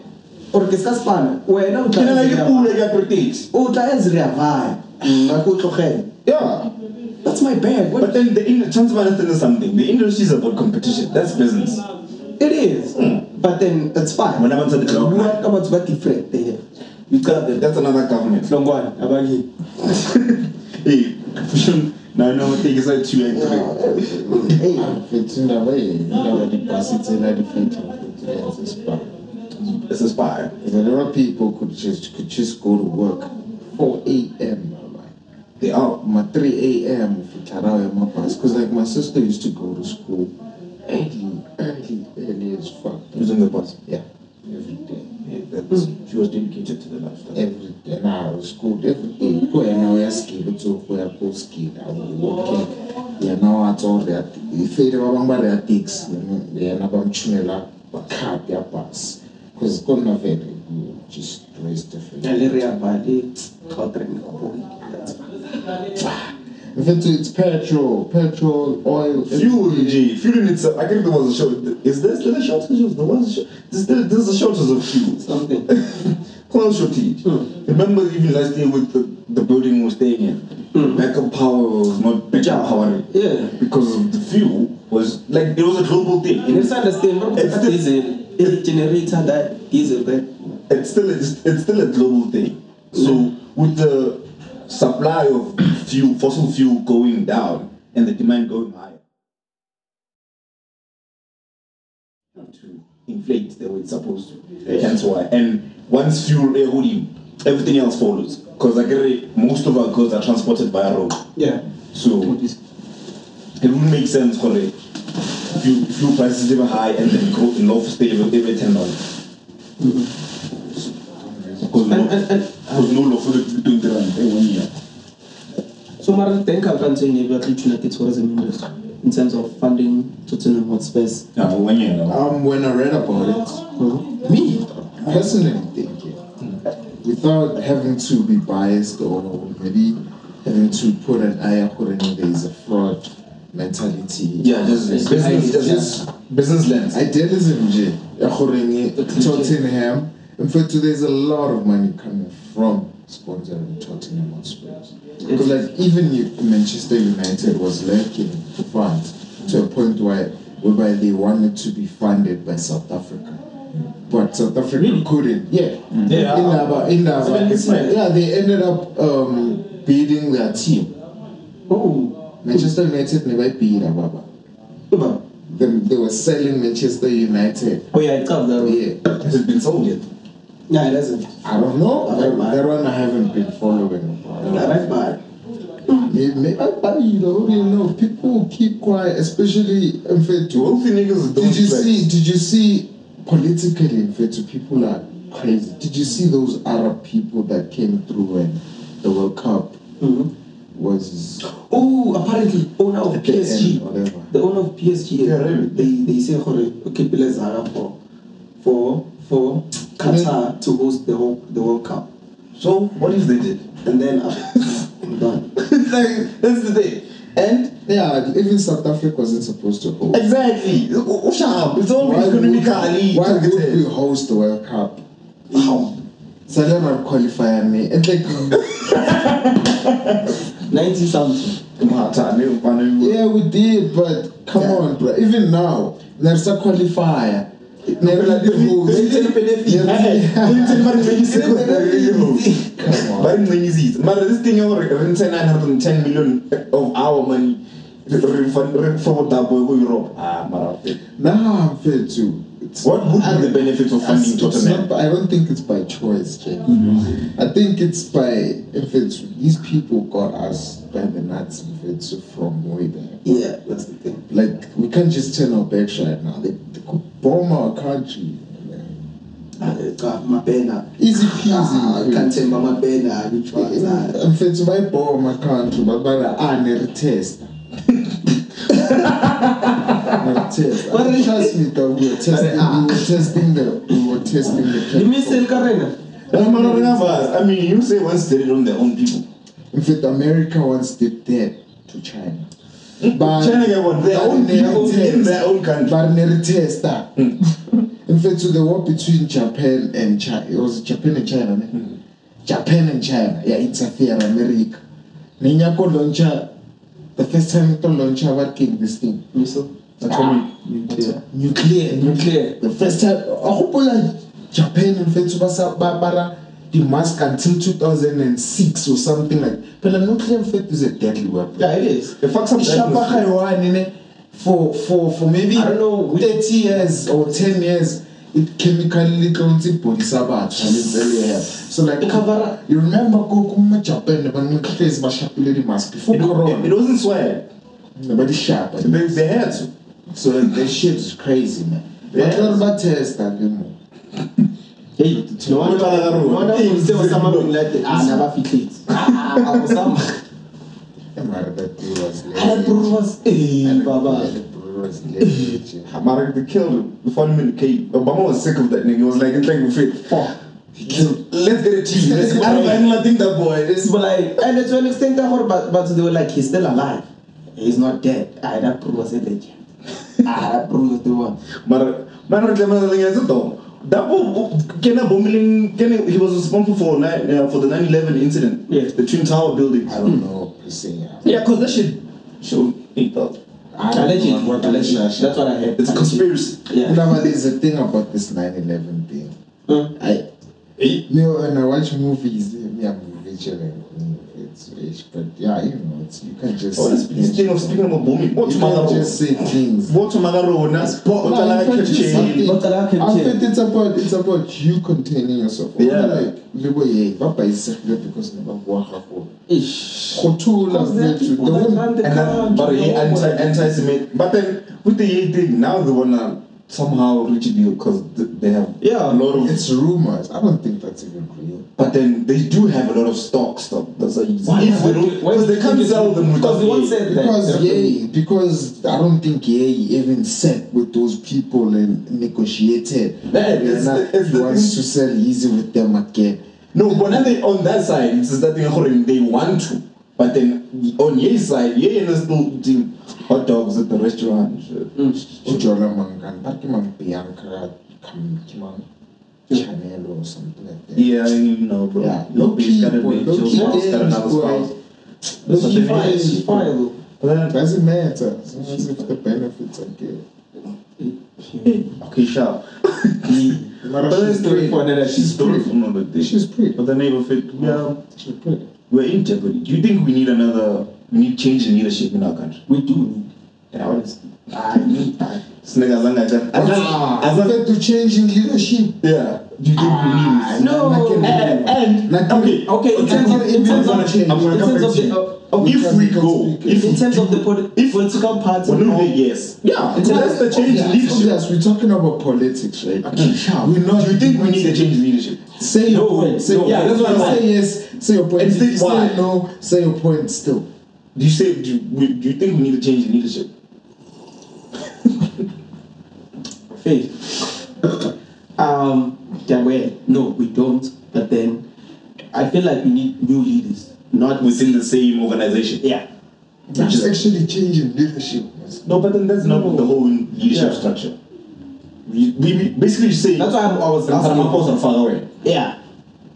Speaker 4: gore ke ska spana wena o tla
Speaker 6: Can I like
Speaker 4: as
Speaker 6: a
Speaker 4: Rea-
Speaker 6: pool like a protect?
Speaker 4: o tla as reavaya nna ke o tlogele
Speaker 6: Yeah.
Speaker 4: that's my bag
Speaker 6: But
Speaker 4: What-
Speaker 6: then the in- chance of understanding something. The industry is about competition. That's business.
Speaker 4: it is but then it's fine
Speaker 6: Wena ba ntse di tloga.
Speaker 4: Bua ka batho ba different eh. there you tell them
Speaker 6: That's another government.
Speaker 4: tlongwane abakini
Speaker 6: Hey, now I know what things are two and three.
Speaker 4: hey
Speaker 5: Fetula way. Indaba dipasitse la di fetula. Yes, it's bad.
Speaker 6: This is fire.
Speaker 5: A lot of people could just could just go to work 4 a.m. like, They out my 3 a.m. if you cut out my bus. Cause like my sister used to go to school early, early, early as fuck.
Speaker 6: Using the bus.
Speaker 5: Yeah, every day,
Speaker 6: Yeah, that's, She was dedicated to the lifestyle.
Speaker 5: every day. Nah, I was school every day. Go and now we're skill. It's all we're go skill. I will work. Yeah, now it's all that. If they were on my ticks, yeah, now I'm tuning up. But cut their bus. Cause it's gonna very just rest the
Speaker 4: ya le reavaya le gautrain kgoi that's fine
Speaker 5: If it's, it's petrol, petrol, oil,
Speaker 6: Fuel, G. Fuel in itself. I think there was a shortage. Is there still a shortage of there was a shor- there's still there's a shortage of fuel.
Speaker 4: something
Speaker 6: Coal shortage. Remember even last year with the, the building we were staying in, backup power was not backup
Speaker 4: Yeah.
Speaker 6: power
Speaker 4: Yeah.
Speaker 6: because of the fuel was like it was a global thing.
Speaker 4: you just understand bro
Speaker 6: It's the-
Speaker 4: diesel eh, generator that diesel that
Speaker 6: it's still it's, it's still a global thing. So with the supply of fuel, fossil fuel going down and the demand going higher, not to inflate the way it's supposed to. That's why. And once fuel, eh, holy, everything else follows. Because agree, most of our goods are transported by road.
Speaker 4: yeah
Speaker 6: So it would make sense for the fuel, fuel prices to be high and then go in love stay with every ten dollars. Because
Speaker 4: And- and- and-
Speaker 6: no law for the doing the run one year.
Speaker 4: So Mara, thank you for saying about the tourism industry in terms of funding Tottenham Hotspurs.
Speaker 6: Yeah, for one year. now.
Speaker 5: Um, when I read about it,
Speaker 4: Me?
Speaker 5: personally thinking, without having to be biased or maybe having to put an eye on it, there is a fraud mentality.
Speaker 6: Yeah, just
Speaker 5: It's
Speaker 6: business,
Speaker 5: like-
Speaker 6: just, business lens.
Speaker 5: Idealism, J. Tottenham. In fact, there's a lot of money coming from sponsoring Tottenham Hotspur. Because like even you, Manchester United was lacking funds to a point where whereby they wanted to be funded by South Africa. But South Africa couldn't. Yeah.
Speaker 6: Yeah.
Speaker 5: In Aba, in Aba, it's like, yeah, they ended up um, beating their team.
Speaker 4: Oh,
Speaker 5: Manchester United never beat Ababa.
Speaker 4: Uba.
Speaker 5: Then they were selling Manchester United.
Speaker 4: Oh yeah, it's up there.
Speaker 5: Yeah.
Speaker 6: Has it been sold yet?
Speaker 4: Yeah, it doesn't.
Speaker 5: I don't know.
Speaker 4: Alright,
Speaker 5: That,
Speaker 4: man.
Speaker 5: that one I haven't been following.
Speaker 4: That's bad.
Speaker 5: Yeah, maybe I buy you know, you know, people keep quiet, especially in fact.
Speaker 6: Wealthy niggas don't
Speaker 5: Did you
Speaker 6: flex.
Speaker 5: see? Did you see? Politically, in fact, people are crazy. Did you see those Arab people that came through when the World Cup
Speaker 4: Mhm.
Speaker 5: was
Speaker 4: Oh, apparently owner of
Speaker 5: at the
Speaker 4: PSG.
Speaker 5: end, whatever?
Speaker 4: The owner of PSG.
Speaker 6: Yeah, really?
Speaker 4: eh, They they say "Hore, okay, Pele Zara for for for Qatar to host the whole the World Cup,
Speaker 6: So what if they did?
Speaker 4: and then uh, I'm done.
Speaker 6: like that's the thing. And
Speaker 5: Yeah, even South Africa wasn't supposed to host.
Speaker 6: exactly, U- ushab. It's all
Speaker 5: Why would-
Speaker 6: economically
Speaker 5: Why would we
Speaker 6: targeted.
Speaker 5: host the World Cup?
Speaker 4: Wow.
Speaker 5: Salema qualify me. It's like.
Speaker 4: Ninety something.
Speaker 6: Matane, mane-
Speaker 5: Yeah, we did, but come
Speaker 4: Yeah.
Speaker 5: on, bro. Even now, there's a qualifier. Never the
Speaker 4: Benefit, benefit.
Speaker 6: Ntse ba re mmenyisitse ko-
Speaker 5: Come on.
Speaker 6: Ba re mmenyisitse. Mara this thing ya gore re ntshe 910 million of our money re- re fund- re forward-a boy ko Europe. Ah, mara,
Speaker 5: Nah, I'm fair too. It's
Speaker 6: What would be the benefit of funding
Speaker 5: it's- it's
Speaker 6: Tottenham?
Speaker 5: not- I don't think it's by choice, Jay.
Speaker 4: Mm-hmm.
Speaker 5: I think it's by if it's these people got us by the nuts if it's from way back.
Speaker 4: Yeah, that's the thing.
Speaker 5: Like we can't just turn our backs right now. They, they could bomb our country.
Speaker 4: Uh, God, my banner.
Speaker 5: Easy peasy.
Speaker 4: Ah, I can't tell my banner. Which one? Nah.
Speaker 5: mfethu bayibhoma country babana ah neritesta neritesta
Speaker 4: What is-
Speaker 5: trust me though we were testing we were testing the we were testing the
Speaker 4: ah. You miss El Carrera?
Speaker 6: No, mara re nga fast. I mean, you say once they did on their own people.
Speaker 5: in fact America once did that to China but
Speaker 6: Mm. China get what? Their own people in their own country. Mm.
Speaker 5: but neritesta in fact the war between Japan and China it was Japan and China ne?
Speaker 6: Mm.
Speaker 5: Japan and China yeah interfere America ninyako launcher the first time to launch what came this thing
Speaker 4: Miso.
Speaker 6: Atomic.
Speaker 5: nuclear
Speaker 4: Nuclear.
Speaker 5: the first time a gopola japan mfetso ba sa- ba bara di-mask until 2006 or something like phela nuclear mfet is a deadly weapon
Speaker 4: Yeah, it is.
Speaker 6: It fucks up the
Speaker 5: ishapa ga
Speaker 6: atmosphere.
Speaker 5: yone ne for, for, for maybe
Speaker 4: I don't know which-
Speaker 5: 30 years or 10 years it chemically tlontse body sa batho lentseleya so like
Speaker 4: E cover-
Speaker 5: you remember ko kuma japan ba nuclears ba shapile di-mask before
Speaker 6: It, it, it
Speaker 5: corona
Speaker 6: wasn't swag.
Speaker 5: ba di shapa
Speaker 6: They, they had to.
Speaker 5: So this shit is crazy, man.
Speaker 6: Yeah.
Speaker 5: Batla re ba testa le mo.
Speaker 4: Hey, no wonder no wonder you say was something like that. Ah, never fit it. Ah, I was some.
Speaker 5: E mara that dude was lazy.
Speaker 4: Help Brewers. Hey, Baba.
Speaker 5: That dude was lazy.
Speaker 6: Mara, they killed him. They found him in the cave. Obama was sick of that nigga. He was like, it's like we fit.
Speaker 4: Fuck.
Speaker 6: Let's get a team. Let's I don't mind nothing that boy.
Speaker 4: It's but like, and to an extent, I heard, but, but they were like, he's still alive. He's not dead. Ah, that Brew was a legend. Ah, that Brew was the one.
Speaker 6: Mara, mara reclama the nigga though. That boy, oh, Kenna Bomilin, Kenna, he was responsible for nine, uh, for the 9/11 incident.
Speaker 4: Yeah.
Speaker 6: The Twin Tower building.
Speaker 5: I don't know, pussy.
Speaker 6: Yeah, cause that shit showed eight thousand.
Speaker 5: I don't
Speaker 4: Allegedly.
Speaker 5: know.
Speaker 4: Allegedly. That's what I heard.
Speaker 6: It's a conspiracy.
Speaker 5: You
Speaker 4: Yeah.
Speaker 5: know, but there's a thing about this 9/11 thing.
Speaker 4: Hmm.
Speaker 5: I
Speaker 6: Eh?
Speaker 5: me when I watch movies, eh, me I'm vigilant. It's rich, but yeah, you know, it's, you can't just.
Speaker 6: Oh, this
Speaker 5: say things.
Speaker 6: this thing of speaking about bombing. What's
Speaker 5: you can't just
Speaker 6: Magaro?
Speaker 5: say things.
Speaker 6: What's Magaro? That's what I
Speaker 5: Like,
Speaker 6: kept
Speaker 5: just
Speaker 6: saying.
Speaker 5: something-
Speaker 4: What I can
Speaker 5: I
Speaker 4: change.
Speaker 5: think it's about it's about you containing yourself.
Speaker 6: Yeah.
Speaker 5: Like libo ye baba isifile because never waha go.
Speaker 4: Ish.
Speaker 5: Khotula zethu the one
Speaker 6: and then, but he anti anti Semitic. But then with the yay thing, now they wanna somehow reach a deal because they have
Speaker 4: Yeah.
Speaker 6: a lot of.
Speaker 5: it's rumors. I don't think that's even real.
Speaker 6: but then they do have a lot of stock stuff. That's why you
Speaker 4: Why?
Speaker 6: if they don't
Speaker 4: Why do
Speaker 6: because they
Speaker 4: you
Speaker 6: can't
Speaker 4: think
Speaker 6: sell
Speaker 4: it's-
Speaker 6: them
Speaker 4: because
Speaker 6: without
Speaker 4: the one
Speaker 6: yay.
Speaker 4: said-
Speaker 5: Because yeah, because I don't think yeah even sat with those people and negotiated.
Speaker 6: Yeah, it's
Speaker 5: Yena,
Speaker 6: the- it's
Speaker 5: he
Speaker 6: the
Speaker 5: wants
Speaker 6: thing.
Speaker 5: to sell easy with them again.
Speaker 6: No, but then they on that side, it's that thing Jorge, they want to. But then on yay's side, yay and still eating hot dogs at the
Speaker 4: Mm.
Speaker 6: restaurant.
Speaker 5: Ujola mangani, bati mangpiyang kara kam kimang channel or something like that.
Speaker 6: Yeah, you know, bro.
Speaker 5: Yeah.
Speaker 6: No, but he's got a
Speaker 5: Low-key, boy,
Speaker 6: bitch. Your
Speaker 5: low-key
Speaker 6: spouse got
Speaker 5: ends,
Speaker 6: another
Speaker 5: boy.
Speaker 6: spouse. That's what
Speaker 5: Low-key
Speaker 6: they
Speaker 5: fire
Speaker 6: mean.
Speaker 5: is fire, though.
Speaker 6: Then-
Speaker 5: Doesn't matter. As long as if the benefits are good.
Speaker 6: Okay, sharp.
Speaker 5: But
Speaker 6: But
Speaker 5: she's
Speaker 6: it's great.
Speaker 5: straight for another. She's
Speaker 6: She's
Speaker 5: straight.
Speaker 6: doing from another day.
Speaker 5: She's pretty.
Speaker 6: But the neighbor fit. Yeah,
Speaker 5: She's pretty.
Speaker 6: we're in jeopardy. Do you think we need another? We need change in leadership in our country.
Speaker 4: We do need.
Speaker 6: Yeah, honestly.
Speaker 4: I need that.
Speaker 6: This nigga, as long as I- I
Speaker 5: Ah,
Speaker 6: just- as long-
Speaker 5: compared to changing leadership.
Speaker 6: yeah. Do you think we need?
Speaker 4: No.
Speaker 5: And,
Speaker 6: And
Speaker 5: Like,
Speaker 6: okay,
Speaker 4: Okay, in terms of in terms
Speaker 5: gonna
Speaker 4: of
Speaker 5: change.
Speaker 6: I'm gonna
Speaker 4: in
Speaker 6: come
Speaker 4: terms
Speaker 6: back
Speaker 4: of
Speaker 6: to
Speaker 4: the
Speaker 6: you.
Speaker 4: uh,
Speaker 6: If we go, if
Speaker 4: in terms of the polit- political party,
Speaker 6: we
Speaker 4: or-
Speaker 6: know yes. Yeah,
Speaker 4: in terms
Speaker 6: that's
Speaker 4: of-
Speaker 6: the change in
Speaker 5: Yes,
Speaker 6: leadership.
Speaker 5: yes, we're talking about politics, right?
Speaker 6: Okay, sharp.
Speaker 5: We're not.
Speaker 6: Do you think we need a change in leadership?
Speaker 5: Say your point. Say your
Speaker 6: yeah,
Speaker 5: point.
Speaker 6: that's what I'm
Speaker 5: Say
Speaker 6: saying.
Speaker 5: yes. Say your point.
Speaker 6: And
Speaker 5: If you
Speaker 6: think
Speaker 5: say
Speaker 6: why.
Speaker 5: no, say your point still.
Speaker 6: Do you say do you, we- do you think we need a change in leadership?
Speaker 4: Hey. um, yeah, well, no, we don't. But then, I feel like we need new leaders, not with.
Speaker 6: Within the same organization.
Speaker 4: Yeah.
Speaker 5: Which is actually changing leadership.
Speaker 6: No, but then that's not the whole leadership
Speaker 4: Yeah.
Speaker 6: structure. We, we, we basically say
Speaker 4: That's why I'm always
Speaker 6: I'm
Speaker 4: asking.
Speaker 6: opposed and far away.
Speaker 4: Yeah.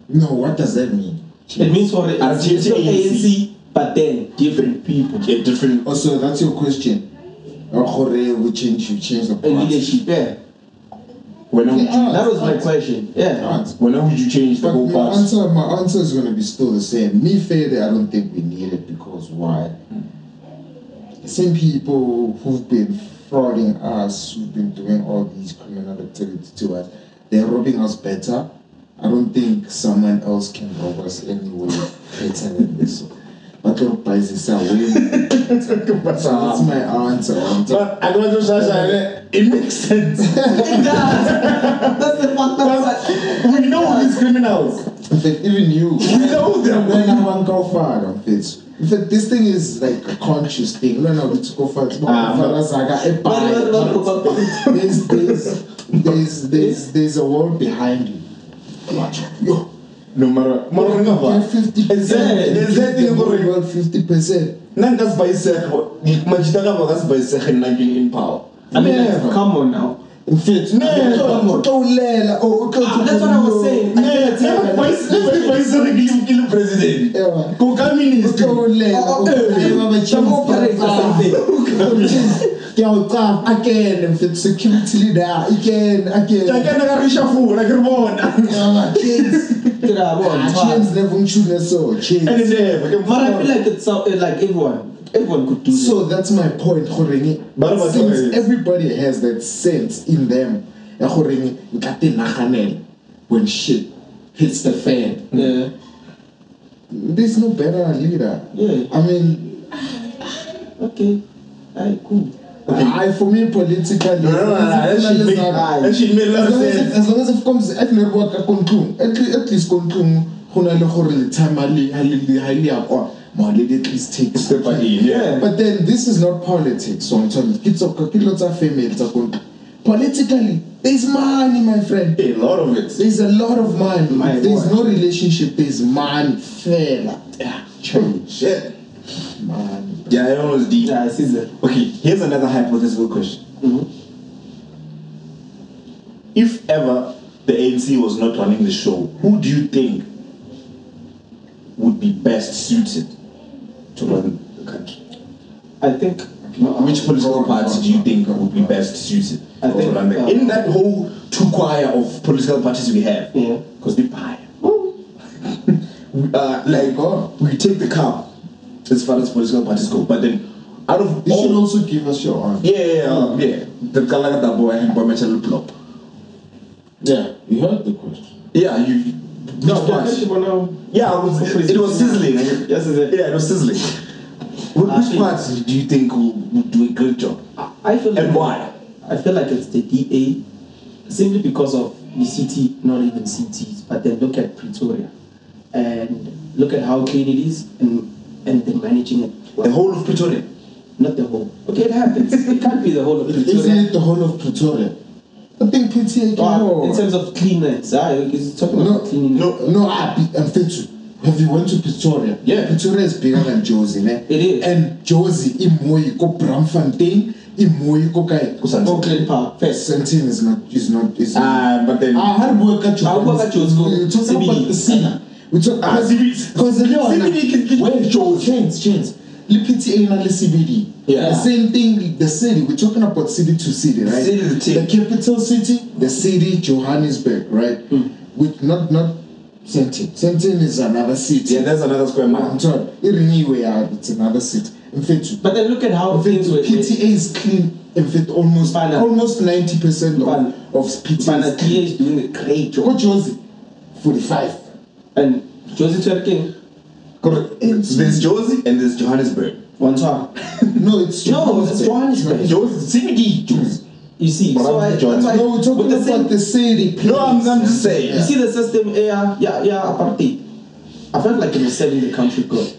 Speaker 5: No, what does that mean?
Speaker 4: It means for
Speaker 6: I'll
Speaker 4: it's,
Speaker 6: change
Speaker 4: it's the
Speaker 6: ANC.
Speaker 4: ANC, but then different people.
Speaker 6: Yeah, different.
Speaker 5: Also, that's your question. Or Korea, we change, you change the
Speaker 4: And
Speaker 5: party.
Speaker 4: leadership, yeah.
Speaker 6: Whenever would you,
Speaker 4: That was my question. Yeah.
Speaker 5: Answer.
Speaker 6: whenever would you change the
Speaker 5: But
Speaker 6: whole
Speaker 5: my
Speaker 6: party?
Speaker 5: answer, my answer is going to be still the same. Me, Fede, I don't think we need it because why? The same people who've been frauding us, who've been doing all these criminal activities to us, they're robbing us better. I don't think someone else can rob us anyway better than this one. But don't buy this away. That's my answer. answer.
Speaker 6: But I don't know, eh? it makes sense.
Speaker 4: That's the fucked up part.
Speaker 6: we know these criminals.
Speaker 5: In fact, even you.
Speaker 6: We know them.
Speaker 5: Then I want to go far on this. In fact, this thing is like a conscious thing. Learn how to go far. It's
Speaker 6: Ah,
Speaker 5: about Farah Saga, a
Speaker 4: But- but-
Speaker 5: pie.
Speaker 4: but- but-
Speaker 5: There's, there's, there's, there's, there's a wall behind you. Watch out. Yo,
Speaker 6: No matter. Mara
Speaker 5: get
Speaker 6: ngava.
Speaker 5: 50%.
Speaker 6: Exactly. There's that thing going-
Speaker 5: Well, 50%.
Speaker 6: Nna nka se baisege. Majita ka ba ka se baisege nna ke in power.
Speaker 4: I mean, like,
Speaker 5: Never.
Speaker 4: come on now.
Speaker 5: In fact,
Speaker 6: Never.
Speaker 5: Utolela, oh,
Speaker 4: Ah, that's what I was saying. I
Speaker 6: Yeah, never bais- never baisege ke le- ke le president.
Speaker 5: Yeah.
Speaker 6: Ko ka minister.
Speaker 5: Utolela, utolela, ke a o qapa akene mfethu security leader akene
Speaker 6: Ke
Speaker 5: akene
Speaker 6: a kena ka reshuffle, ke re bona.
Speaker 5: Yeah, kids.
Speaker 4: Get out
Speaker 5: Ah,
Speaker 4: of
Speaker 5: chains
Speaker 4: here.
Speaker 5: never ngitshune so
Speaker 6: And
Speaker 5: chains
Speaker 6: it's never. Ke
Speaker 4: But I
Speaker 6: mara
Speaker 4: feel like it's so- eh, like everyone, everyone could do that.
Speaker 5: so that's my point goreng
Speaker 6: Bana ba
Speaker 5: since
Speaker 6: tsamaya.
Speaker 5: everybody has that sense in them ya goreng nka te naganela when shit hits the fan
Speaker 4: Yeah.
Speaker 5: there's no better leader
Speaker 4: Yeah.
Speaker 5: i mean
Speaker 4: Okay. Aye, cool.
Speaker 5: I, for me politically
Speaker 6: No, no, no, no, that
Speaker 5: as long
Speaker 6: shit
Speaker 5: as
Speaker 6: make-
Speaker 5: I-
Speaker 6: that shit make a
Speaker 5: as
Speaker 6: lot of
Speaker 5: long as it-
Speaker 6: sense.
Speaker 5: as long as it comes at me work ka kontlong at le- at least kontlong go na le gore time ha le ha le ha le ya kwa mo le at least take
Speaker 6: Step by in, yeah.
Speaker 5: But then this is not politics. So I'm telling you, kids of kids lots of females are going. Politically, there's money, my friend.
Speaker 6: A lot of it.
Speaker 5: There's a lot of money.
Speaker 4: My
Speaker 5: there's
Speaker 4: boy.
Speaker 5: no relationship. There's money. Fair. Yeah, change.
Speaker 6: Shit.
Speaker 5: Money.
Speaker 6: Yeah, that one was deep.
Speaker 4: Yeah, I see that.
Speaker 6: Okay, here's another hypothetical question. If ever the ANC was not running the show, who do you think would be best suited to run the country?
Speaker 4: I think.
Speaker 6: Which political party do you think would be best suited
Speaker 4: I
Speaker 6: to
Speaker 4: think,
Speaker 6: run the
Speaker 4: uh,
Speaker 6: In that whole two choir of political parties we have,
Speaker 4: Yeah.
Speaker 6: because they buy. uh, like,
Speaker 5: God.
Speaker 6: we take the cup as far as political parties go, but then out of
Speaker 5: You
Speaker 6: all
Speaker 5: should also give us your answer.
Speaker 6: yeah, yeah, yeah, yeah. The Kalagata boy and boy metal plop.
Speaker 5: Yeah, you heard the question.
Speaker 6: Yeah, you. No, which part? Yeah, I was, it, it was sizzling.
Speaker 4: Yes, is it? Ah,
Speaker 6: Yeah, it was sizzling. Wh- Which part do you think will, will do a good job?
Speaker 4: I feel like
Speaker 6: And why?
Speaker 4: I feel like it's the DA simply because of the city, not even cities, but then look at Pretoria and look at how clean it is and and they're managing it.
Speaker 6: The whole of Pretoria.
Speaker 4: Not the whole. Okay, it happens. it can't be the whole of
Speaker 5: Isn't
Speaker 4: Pretoria.
Speaker 5: it the whole of Pretoria? I think PTA can
Speaker 4: Or in terms of cleanness, ah, it's talking
Speaker 5: No,
Speaker 4: about cleanliness.
Speaker 5: no, no. I be, I'm fit to. Have you went to Pretoria?
Speaker 6: Yeah.
Speaker 5: Pretoria is bigger than Josie, man.
Speaker 4: It is.
Speaker 5: And Josie, Imoy, go Bramfontein. imoi ko kae
Speaker 6: Kusanzima.
Speaker 5: Auckland Park first Sandton is not is not is not
Speaker 6: Ah, but then.
Speaker 5: Ah, ha re bua ka Eh,
Speaker 4: Ha re bua ka Joburg, go-
Speaker 5: We talk
Speaker 4: CBD.
Speaker 5: about the scene. We talk
Speaker 6: Ah, CBD.
Speaker 5: Because le yona-
Speaker 6: CBD ke- ke-
Speaker 5: Wait, Chains, chains. Le PTA e na le CBD.
Speaker 6: Yeah.
Speaker 5: The same thing, the city. We're talking about city to city, right?
Speaker 4: City to city.
Speaker 5: The capital city, the city, Johannesburg, right? With not not Sentin. Sentin is another city.
Speaker 6: Yeah, there's another square
Speaker 5: I'm
Speaker 6: mile.
Speaker 5: sorry. Iriniwe, ah, it's another city. In fact,
Speaker 4: But then look at how
Speaker 5: in fact,
Speaker 4: things were.
Speaker 5: PTA is clean. In fact, almost
Speaker 4: Fana.
Speaker 5: almost 90% of,
Speaker 4: Fana.
Speaker 5: of PTA
Speaker 4: Fana
Speaker 5: is clean.
Speaker 4: TA is doing a great job.
Speaker 5: Coach Josie, 45.
Speaker 4: And Josie Twerking,
Speaker 6: Correct. There's Josie and there's Johannesburg.
Speaker 4: one time.
Speaker 5: No, it's
Speaker 4: No, it's Johannesburg.
Speaker 6: Josie, CBD, Josie.
Speaker 4: You see,
Speaker 6: But
Speaker 4: so
Speaker 6: I'm
Speaker 4: I, that's
Speaker 6: Johannesburg.
Speaker 4: why.
Speaker 5: No, we're talking
Speaker 4: with the same-
Speaker 5: about the city.
Speaker 6: No, I'm, I'm just saying.
Speaker 4: You see the system yeah, yeah, yeah, apartheid. I felt like it was serving the country good.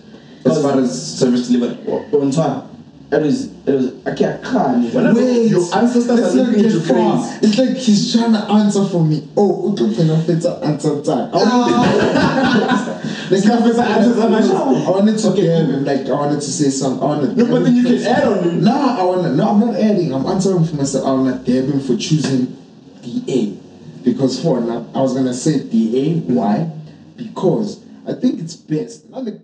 Speaker 6: As far as service delivery. Well,
Speaker 4: One time, it was, it was, I can't climb.
Speaker 6: whenever
Speaker 5: Wait,
Speaker 6: your ancestors
Speaker 5: Let's
Speaker 6: are
Speaker 5: not
Speaker 6: looking at
Speaker 5: get
Speaker 6: you
Speaker 5: far.
Speaker 6: crazy.
Speaker 5: It's like he's trying to answer for me. Oh, okay, can I fit an answer time? Let's not fit an answer time. I wanted to okay. give him, like, I wanted to say something. I wanted
Speaker 6: No, but then you can add on it.
Speaker 5: Nah, I wanna, no, I'm not adding. I'm answering for myself. I wanna dab him for choosing DA. Because for now, I was gonna say DA. Why? Because I think it's best. Not like,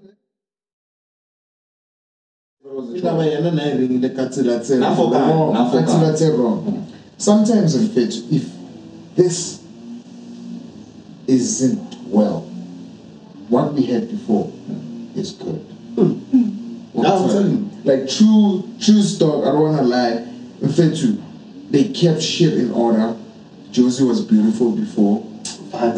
Speaker 5: indaba yena na e ringile ka tsela tse
Speaker 6: Na foka,
Speaker 5: wrong,
Speaker 6: na
Speaker 5: ka
Speaker 6: foka.
Speaker 5: tsela tse wrong sometimes in fact if this isn't well what we had before is good I'm
Speaker 4: I'm telling
Speaker 5: telling you, like true true stock i don't want to lie in fact too, they kept shit in order josie was beautiful before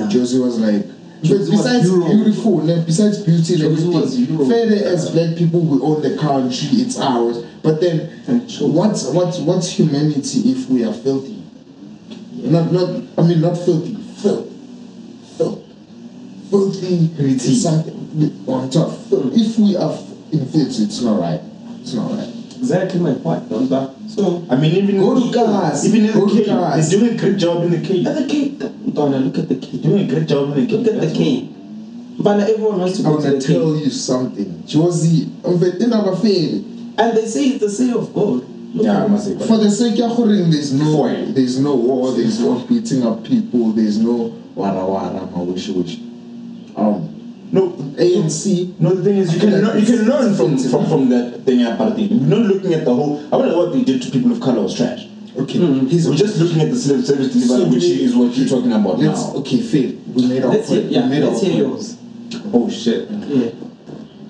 Speaker 5: josie was like but
Speaker 4: Josie was
Speaker 5: besides
Speaker 4: Euro.
Speaker 5: beautiful, like, besides beauty and
Speaker 4: Josie was Euro.
Speaker 5: everything, fairly as black people, we own the country, it's ours. But then, what's what's what's humanity if we are filthy? Not not I mean not filthy, filth, filth, filthy. It's something on top. Filth. If we are f- in filth, it's not right. It's not right.
Speaker 4: Exactly my point, don't that? So,
Speaker 6: I mean, even
Speaker 5: Go to class.
Speaker 6: Even in
Speaker 5: Go to
Speaker 6: the cave,
Speaker 5: class.
Speaker 6: he's doing a great job in the cave.
Speaker 4: at the Cape, Donna, look at the Cape.
Speaker 6: Doing a great job in the cave.
Speaker 4: Look at the
Speaker 6: That's
Speaker 4: Cape. But everyone wants to
Speaker 5: I
Speaker 4: go
Speaker 5: want
Speaker 4: to the
Speaker 5: to
Speaker 4: Cape.
Speaker 5: tell you something, Josie. I'm in our fail.
Speaker 4: And they say it's the city of gold.
Speaker 6: all.
Speaker 4: Look
Speaker 6: Yeah, I
Speaker 4: at
Speaker 6: must say.
Speaker 5: For the sake of Horing, there's no
Speaker 6: Fine.
Speaker 5: there's no war, there's no beating up people, there's no wara wara ma wish wish. Um,
Speaker 6: No,
Speaker 5: ANC.
Speaker 6: No, the thing is, you can
Speaker 5: Like,
Speaker 6: learn, you can learn from,
Speaker 5: it's-
Speaker 6: from, from that thing apartheid. We're not looking at the whole. I wonder what they did to people of color was trash.
Speaker 5: Okay,
Speaker 4: Mm-hmm.
Speaker 5: he's
Speaker 6: We're just looking at the slave service delivery,
Speaker 5: So
Speaker 6: which
Speaker 5: we-
Speaker 6: is what you're talking about
Speaker 5: let's
Speaker 6: now.
Speaker 5: okay. Fail. We made our
Speaker 4: Let's hear,
Speaker 5: point.
Speaker 4: yeah,
Speaker 5: we made
Speaker 4: let's
Speaker 5: our
Speaker 4: hear
Speaker 5: point.
Speaker 4: yours.
Speaker 6: Oh shit!
Speaker 4: Yeah.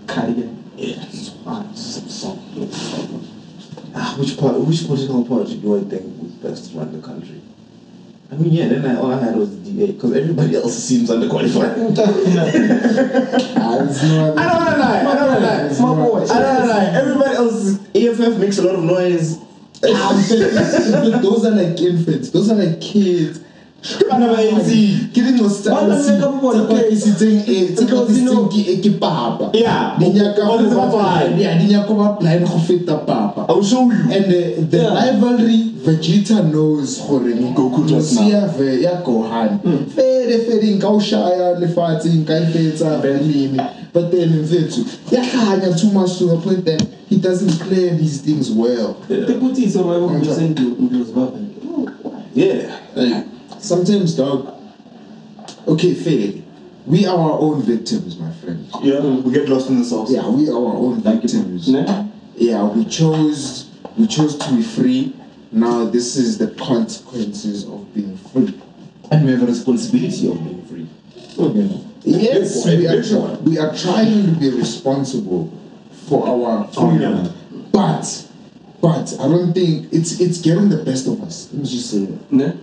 Speaker 4: Cardigan.
Speaker 6: Yeah. Ah, which part? Which political party do I think would best run the country? I mean, yeah. Then I, all I had was the DA because everybody else seems underqualified.
Speaker 5: Ah, it's no
Speaker 6: I
Speaker 5: other-
Speaker 6: don't wanna lie. I don't wanna lie.
Speaker 5: it's no
Speaker 4: boy.
Speaker 5: other-
Speaker 6: I don't wanna lie. Everybody else, is- AFF makes a lot of noise.
Speaker 4: Um,
Speaker 5: I'm saying, Those are like infants. Those are like kids.
Speaker 6: Bana ba ANC.
Speaker 5: Ke dino
Speaker 4: Bana ba nka bo bona,
Speaker 5: tse tlisitseng e- tse
Speaker 4: Because, you know-
Speaker 5: tlisitseng ke- ke papa.
Speaker 6: Yeah.
Speaker 5: Di nyaka
Speaker 6: Or
Speaker 5: go
Speaker 6: the
Speaker 5: ba
Speaker 6: Popeye.
Speaker 5: blind. Yeah, di nyaka go ba blind go feta papa.
Speaker 6: I'll show you.
Speaker 5: And uh, the
Speaker 4: Oh. Yeah.
Speaker 5: rivalry Vegeta knows gore
Speaker 6: Goku just
Speaker 5: Lucia ve ya Gohan.
Speaker 4: Hmm.
Speaker 5: Fere fere nka o shaya lefatshe nka e fetsa nini. But then mfethu ya hlanya too much to the point that he doesn't plan these things well.
Speaker 4: The good is survival of Zimbabwe. Zimbabwe.
Speaker 6: Yeah.
Speaker 5: Like, sometimes dog okay fair. We are our own victims, my friend.
Speaker 6: Yeah, we get lost in the sauce.
Speaker 5: Yeah, we are our own victims.
Speaker 4: Ne?
Speaker 5: yeah we chose we chose to be free now this is the consequences of being free
Speaker 6: And we have a responsibility of being free.
Speaker 5: yes
Speaker 6: Big
Speaker 5: we are,
Speaker 6: one, big
Speaker 5: try-
Speaker 6: one.
Speaker 5: we are trying to be responsible for our
Speaker 6: Oh,
Speaker 5: freedom
Speaker 6: yeah.
Speaker 5: but but i don't think it's it's getting the best of us let me just say that
Speaker 4: Ne?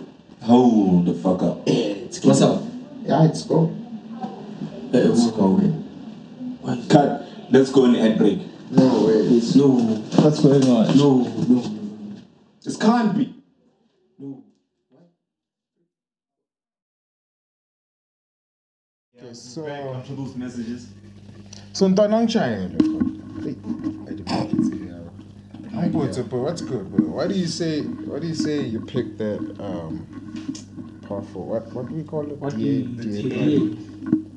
Speaker 6: Hold the fuck up.
Speaker 5: it's
Speaker 4: What's up?
Speaker 5: yeah it's go
Speaker 6: Let's go. Cut. Let's go and ad break.
Speaker 5: no way
Speaker 4: No,
Speaker 7: What's going on?
Speaker 4: no, no.
Speaker 6: This can't be.
Speaker 8: So,
Speaker 6: Those messages.
Speaker 8: so Ntanang China. I'm good, bro. What's good, bro? Why do you say? Why do you say you picked that um, powerful? What what do we call it?
Speaker 4: What
Speaker 8: DA,
Speaker 4: do
Speaker 8: DA,
Speaker 4: you-
Speaker 8: party?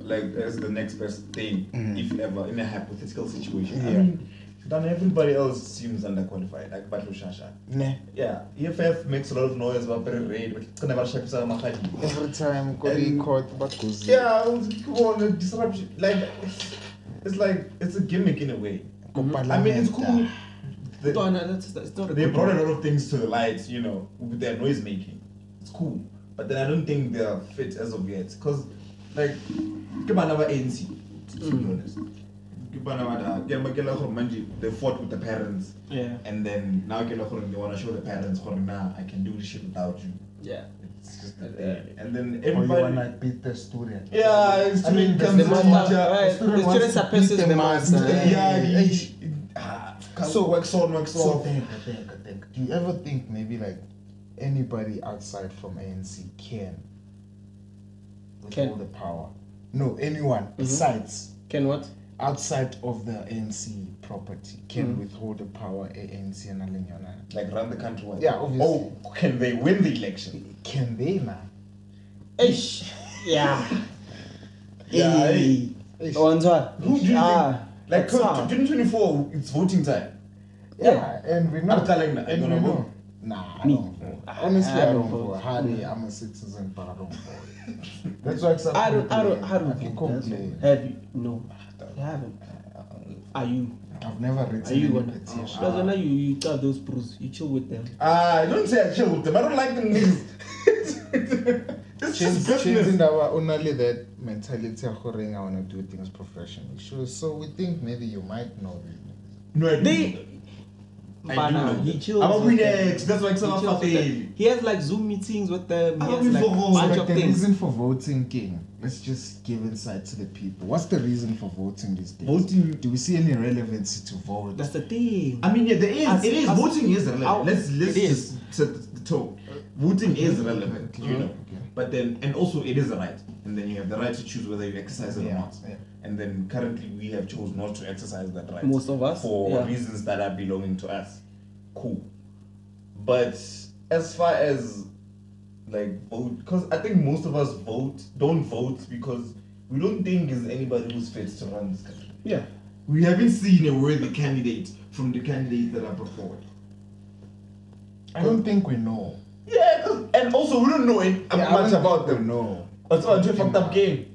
Speaker 6: Like that's the next best thing, if ever, in a hypothetical situation. I
Speaker 8: Yeah.
Speaker 6: mean,
Speaker 3: Then everybody else seems underqualified, like Batlu Shasha.
Speaker 5: Nah.
Speaker 3: Yeah, EFF makes a lot of noise about Barry Raid, but it's gonna have a
Speaker 5: Every time Kodi
Speaker 3: And-
Speaker 5: caught Bakuzi.
Speaker 3: Yeah, come on, a disruption. Like, it's- it's like, it's a gimmick in a way. I mean, it's cool. They,
Speaker 4: No, no, that's, that's not a
Speaker 3: they
Speaker 4: good
Speaker 3: brought a lot of things to the light, you know, with their noise making. It's cool. But then I don't think they are fit as of yet. Because, like, give another ANC, to be
Speaker 4: Mm.
Speaker 3: honest. Give another- give another- give another- manje, They fought with the parents.
Speaker 4: Yeah.
Speaker 3: And then now give another- they want to show the parents, nah, I can do this shit without you.
Speaker 4: Yeah.
Speaker 3: It's just a thing. And then
Speaker 5: Or you
Speaker 3: everybody.
Speaker 5: wanna beat the student.
Speaker 3: Yeah, it's
Speaker 5: I
Speaker 3: student
Speaker 5: mean, that's
Speaker 3: comes
Speaker 4: The
Speaker 3: in.
Speaker 5: It's
Speaker 4: master,
Speaker 5: teacher-
Speaker 4: right,
Speaker 5: the student
Speaker 4: the
Speaker 5: wants
Speaker 4: student
Speaker 5: to
Speaker 4: surpasses
Speaker 5: beat
Speaker 4: the
Speaker 5: the
Speaker 4: master.
Speaker 5: master.
Speaker 4: eh?
Speaker 3: Yeah, he- ah, so works on, works
Speaker 5: So
Speaker 3: off.
Speaker 5: think, I think, I think. Do you ever think maybe like anybody outside from ANC can with
Speaker 4: Can.
Speaker 5: all the power? No, anyone besides
Speaker 4: Can what?
Speaker 5: outside of the ANC property
Speaker 4: Mm.
Speaker 5: can withhold the power ANC and Alignana.
Speaker 3: Like run the country. wide.
Speaker 5: Yeah, obviously.
Speaker 3: Oh, can they win the election?
Speaker 5: Can they man?
Speaker 4: Eish. Yeah.
Speaker 3: Yeah,
Speaker 4: Hey.
Speaker 5: Eish.
Speaker 4: Owanzwa.
Speaker 3: Who do you
Speaker 4: Oh, Ah,
Speaker 3: think? Like
Speaker 4: that's hard.
Speaker 3: 2024, it's voting time.
Speaker 5: Yeah, and we know.
Speaker 3: I'm telling you,
Speaker 5: and
Speaker 3: you
Speaker 5: we
Speaker 3: gonna
Speaker 5: know.
Speaker 3: vote?
Speaker 5: Nah, I don't vote. Honestly, I,
Speaker 4: I
Speaker 5: don't
Speaker 4: don't Mm.
Speaker 5: vote. Hardly, I'm a citizen, but I don't vote. That's why some
Speaker 4: I don't, I don't, I
Speaker 5: complain.
Speaker 4: don't.
Speaker 5: can
Speaker 4: vote, that's
Speaker 5: complain.
Speaker 4: all. Have you? No. I haven't. Are you?
Speaker 5: I've never
Speaker 4: Are
Speaker 5: written
Speaker 4: you Oh.
Speaker 5: any
Speaker 4: one?
Speaker 5: petition.
Speaker 4: That's why you, you tell those bros, you chill with them.
Speaker 3: Ah, I don't say I killed them. I don't like them niggas. it's just business.
Speaker 5: Changing our only that mentality of going, I want to do things professionally. Sure. So we think maybe you might know. these niggas.
Speaker 3: No, I
Speaker 4: They.
Speaker 3: I do
Speaker 4: Bana,
Speaker 3: know
Speaker 4: he
Speaker 3: that.
Speaker 4: chills.
Speaker 3: I'm a
Speaker 4: with them.
Speaker 3: Winx, that's why I
Speaker 4: He
Speaker 3: said I'm
Speaker 4: chills
Speaker 3: a
Speaker 4: with them.
Speaker 3: baby.
Speaker 4: He has like Zoom meetings with them.
Speaker 3: I
Speaker 4: He
Speaker 3: don't
Speaker 4: has
Speaker 3: give
Speaker 4: like
Speaker 3: a
Speaker 4: a
Speaker 3: whole
Speaker 4: bunch
Speaker 5: Like
Speaker 4: of
Speaker 5: the
Speaker 4: things.
Speaker 5: reason for voting, King. Let's just give insight to the people. What's the reason for voting these days?
Speaker 3: Voting.
Speaker 5: Do we see any relevancy to vote?
Speaker 4: That's the thing.
Speaker 3: I mean, yeah, there is.
Speaker 4: As-
Speaker 3: it is
Speaker 4: as-
Speaker 3: voting is relevant.
Speaker 4: Ow.
Speaker 3: let's let's
Speaker 4: It is.
Speaker 3: just set the tone. Voting is relevant, you know.
Speaker 5: Okay.
Speaker 3: But then, and also, it is a right, and then you have the right to choose whether you exercise it or
Speaker 5: Yeah,
Speaker 3: not.
Speaker 5: yeah.
Speaker 3: And then currently, we have chose not to exercise that right.
Speaker 4: Most of us,
Speaker 3: for
Speaker 4: yeah.
Speaker 3: reasons that are belonging to us. Cool. But as far as like vote, because I think most of us vote don't vote because we don't think there's anybody who's fit to run this country.
Speaker 4: Yeah.
Speaker 3: We haven't seen a worthy candidate from the candidates that are brought forward.
Speaker 5: I don't think we know.
Speaker 3: Yeah, 'cause- and also we don't know it, much about them.
Speaker 5: No.
Speaker 3: That's why Andre uh, fucked up game.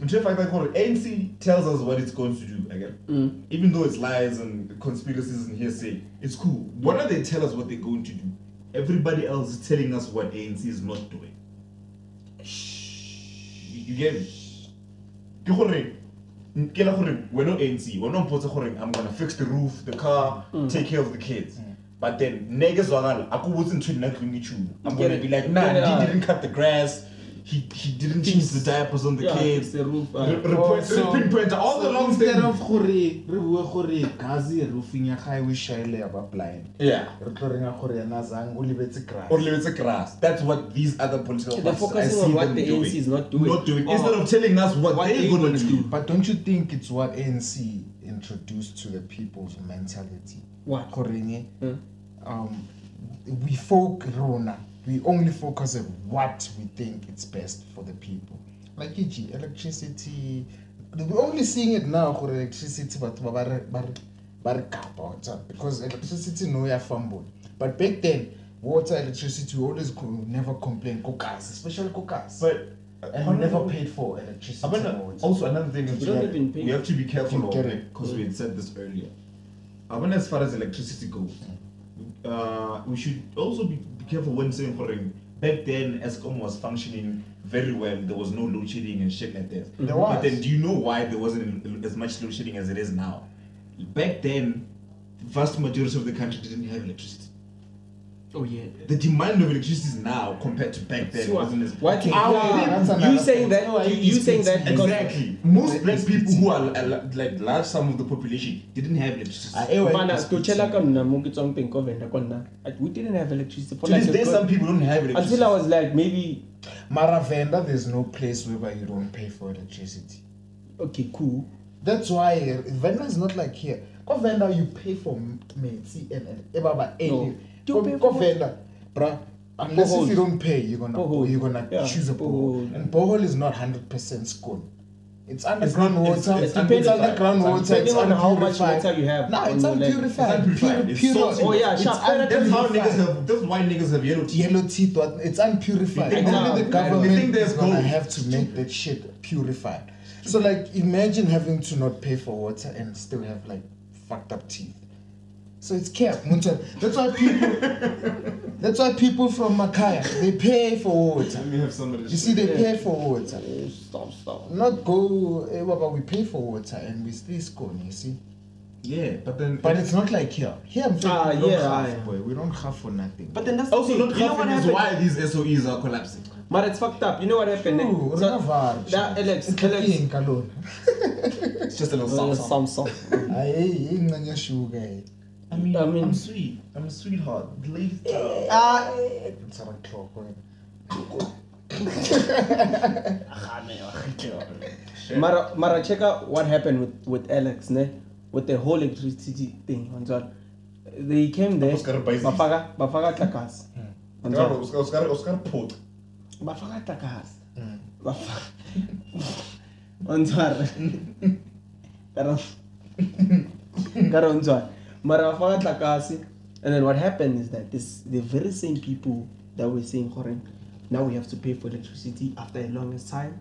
Speaker 3: Andre fucked up game. ANC tells us what it's going to do again. Even though it's lies and conspiracies and hearsay, it's cool. Why don't they tell us what they're going to do? Everybody else is telling us what ANC is not doing. You you get me? Ke gore, ke la gore wena o ANC, wena o mpotse gore I'm gonna fix the roof, the car,
Speaker 4: Mm.
Speaker 3: take care of the kids. But then niggas wakala, I could wasn't too not I'm
Speaker 4: Get
Speaker 3: gonna
Speaker 4: it.
Speaker 3: be like, nah,
Speaker 4: Yeah.
Speaker 3: he didn't cut the grass, he he didn't change the diapers on the
Speaker 4: Yeah,
Speaker 3: kids.
Speaker 4: it's the roof.
Speaker 3: Re-
Speaker 4: uh,
Speaker 3: re- point- re- pinpoint all the wrong things.
Speaker 5: gore re bue gore gazi e roofing ya gae o shaile ya ba blind
Speaker 3: Yeah.
Speaker 5: re tlo renga gore yena zang o lebetse grass
Speaker 3: Or limits the grass. That's what these other political
Speaker 4: They're
Speaker 3: parties- I
Speaker 4: focusing
Speaker 3: see
Speaker 4: on what
Speaker 3: them
Speaker 4: the ANC is not doing.
Speaker 3: Not doing.
Speaker 4: Or
Speaker 3: Instead of telling us what,
Speaker 4: what
Speaker 3: they're
Speaker 4: they're
Speaker 3: going
Speaker 4: gonna
Speaker 3: to
Speaker 4: do.
Speaker 3: do.
Speaker 5: but don't you think it's what anc introduced to the people's mentality
Speaker 4: What?
Speaker 5: gorenge
Speaker 4: Mm.
Speaker 5: um we folk rona we only focus on what we think is best for the people like e.g electricity we're only seeing it now gore electricity batho ba ba re- ba re- ba re kapa what's up? because electricity no ya fumble but back then water electricity we always co- never complain kokas especially kokas
Speaker 3: But
Speaker 5: and we never paid for electricity
Speaker 3: I
Speaker 5: or
Speaker 3: wanna,
Speaker 5: water.
Speaker 3: also another thing is
Speaker 4: We don't
Speaker 3: that
Speaker 4: even pay.
Speaker 3: we have to be careful
Speaker 5: Get it.
Speaker 3: because we had said this earlier. I wonder as far as electricity goes,
Speaker 5: Mm.
Speaker 3: uh, we should also be, be careful when saying foreign. Back then, ESCOM was functioning very well. There was no load shedding and shit like that.
Speaker 5: There
Speaker 3: But
Speaker 5: was.
Speaker 3: then, do you know why there wasn't as much load shedding as it is now? Back then, the vast majority of the country didn't have electricity.
Speaker 4: Oh yeah.
Speaker 3: The demand of electricity now compared to back then
Speaker 4: Sure.
Speaker 3: wasn't as
Speaker 4: What
Speaker 3: Okay.
Speaker 4: is-
Speaker 5: Ah, that's
Speaker 4: You
Speaker 5: another point.
Speaker 4: saying that? You you saying that? because-
Speaker 3: Exactly. Most
Speaker 5: It's
Speaker 3: black
Speaker 5: pity.
Speaker 3: people who are al- like large sum of the population didn't have electricity.
Speaker 5: Ah, ewe,
Speaker 4: Mfana,
Speaker 5: it's
Speaker 4: kuchela
Speaker 5: pity.
Speaker 4: ka
Speaker 9: um,
Speaker 4: nna mo ke tswang teng ko venda ko nna like, we didn't have electricity for
Speaker 3: to
Speaker 4: like
Speaker 3: this
Speaker 4: a
Speaker 3: day,
Speaker 4: good-
Speaker 3: some people don't have electricity.
Speaker 4: until i was like maybe
Speaker 5: Maravenda, there's no place whereby you don't pay for electricity.
Speaker 4: okay cool
Speaker 5: That's why uh, Venda is not like here. Go Venda, you pay for Meti and e and Ebaba
Speaker 4: No.
Speaker 5: any.
Speaker 4: Do
Speaker 5: Go,
Speaker 4: you pay
Speaker 5: go
Speaker 4: for-
Speaker 5: Venda, bruh. Unless if you
Speaker 4: Boreholes.
Speaker 5: don't pay, you're gonna
Speaker 4: Borehole.
Speaker 5: you're gonna
Speaker 4: Yeah,
Speaker 5: choose a borehole.
Speaker 4: borehole.
Speaker 5: And borehole is not hundred percent school.
Speaker 8: It's underground water.
Speaker 3: it's
Speaker 8: It depends on the
Speaker 3: unpurified.
Speaker 8: ground water. It's
Speaker 9: Depending on how much
Speaker 8: unpurified.
Speaker 9: water you have
Speaker 8: No,
Speaker 9: on
Speaker 8: it's
Speaker 9: your leg.
Speaker 8: unpurified.
Speaker 3: It's unpurified.
Speaker 8: Pure-
Speaker 3: It's
Speaker 8: pure-
Speaker 3: salty.
Speaker 9: Oh, yeah,
Speaker 8: it's
Speaker 9: sharp. That's
Speaker 3: That's how
Speaker 8: unpurified.
Speaker 3: niggas have. That's why niggas have yellow teeth.
Speaker 8: yellow teeth what it's unpurified
Speaker 3: They
Speaker 8: only
Speaker 3: think-
Speaker 8: the
Speaker 3: Nah,
Speaker 8: government
Speaker 3: they think
Speaker 8: is
Speaker 3: there's
Speaker 8: gonna
Speaker 3: gold.
Speaker 8: have to make that shit purified so like imagine having to not pay for water and still have like fucked up teeth so it's cap Munta. that's why people that's why people from makaya they pay for water
Speaker 3: Let me have somebody.
Speaker 8: you see they pay for water
Speaker 9: Oh, Stop, stop.
Speaker 8: not go eh, baba we pay for water and we still scorn you see
Speaker 3: Yeah, but then.
Speaker 8: but it's not like here here i'm
Speaker 9: Ah,
Speaker 8: we don't
Speaker 9: yeah,
Speaker 8: have,
Speaker 9: ah, yeah.
Speaker 8: boy we don't have for nothing
Speaker 9: But then that's the
Speaker 3: also
Speaker 9: thing.
Speaker 3: not
Speaker 9: you know what
Speaker 3: happening is why
Speaker 9: happened?
Speaker 3: these SOEs are collapsing.
Speaker 9: But it's fucked up. You know what happened? eh?
Speaker 8: Ooh,
Speaker 9: So-
Speaker 8: Rinavar,
Speaker 9: that Alex,
Speaker 8: it's
Speaker 9: Alex.
Speaker 8: cooking, Kalona.
Speaker 3: It's just an
Speaker 9: Uh,
Speaker 3: assault.
Speaker 9: some song.
Speaker 8: Ayi, ingxenye shuka eh.
Speaker 3: I mean,
Speaker 9: I mean-
Speaker 3: I'm sweet. I'm a sweetheart. Leave.
Speaker 8: Ngitsara clock wena.
Speaker 9: Mara, Mara, check out what happened with, with Alex, ne? With the whole electricity thing. Anzal. They came there.
Speaker 3: Oscar Baizizi.
Speaker 9: Bafaka, bafaka takas.
Speaker 3: Oscar, Oscar, Oscar, Oscar Port.
Speaker 9: bafaka takas Bafa- ontshware Kara- kara ontshware mara bafaka tlakase and then what happened is that this the very same people that were saying gore now we have to pay for electricity after a longest time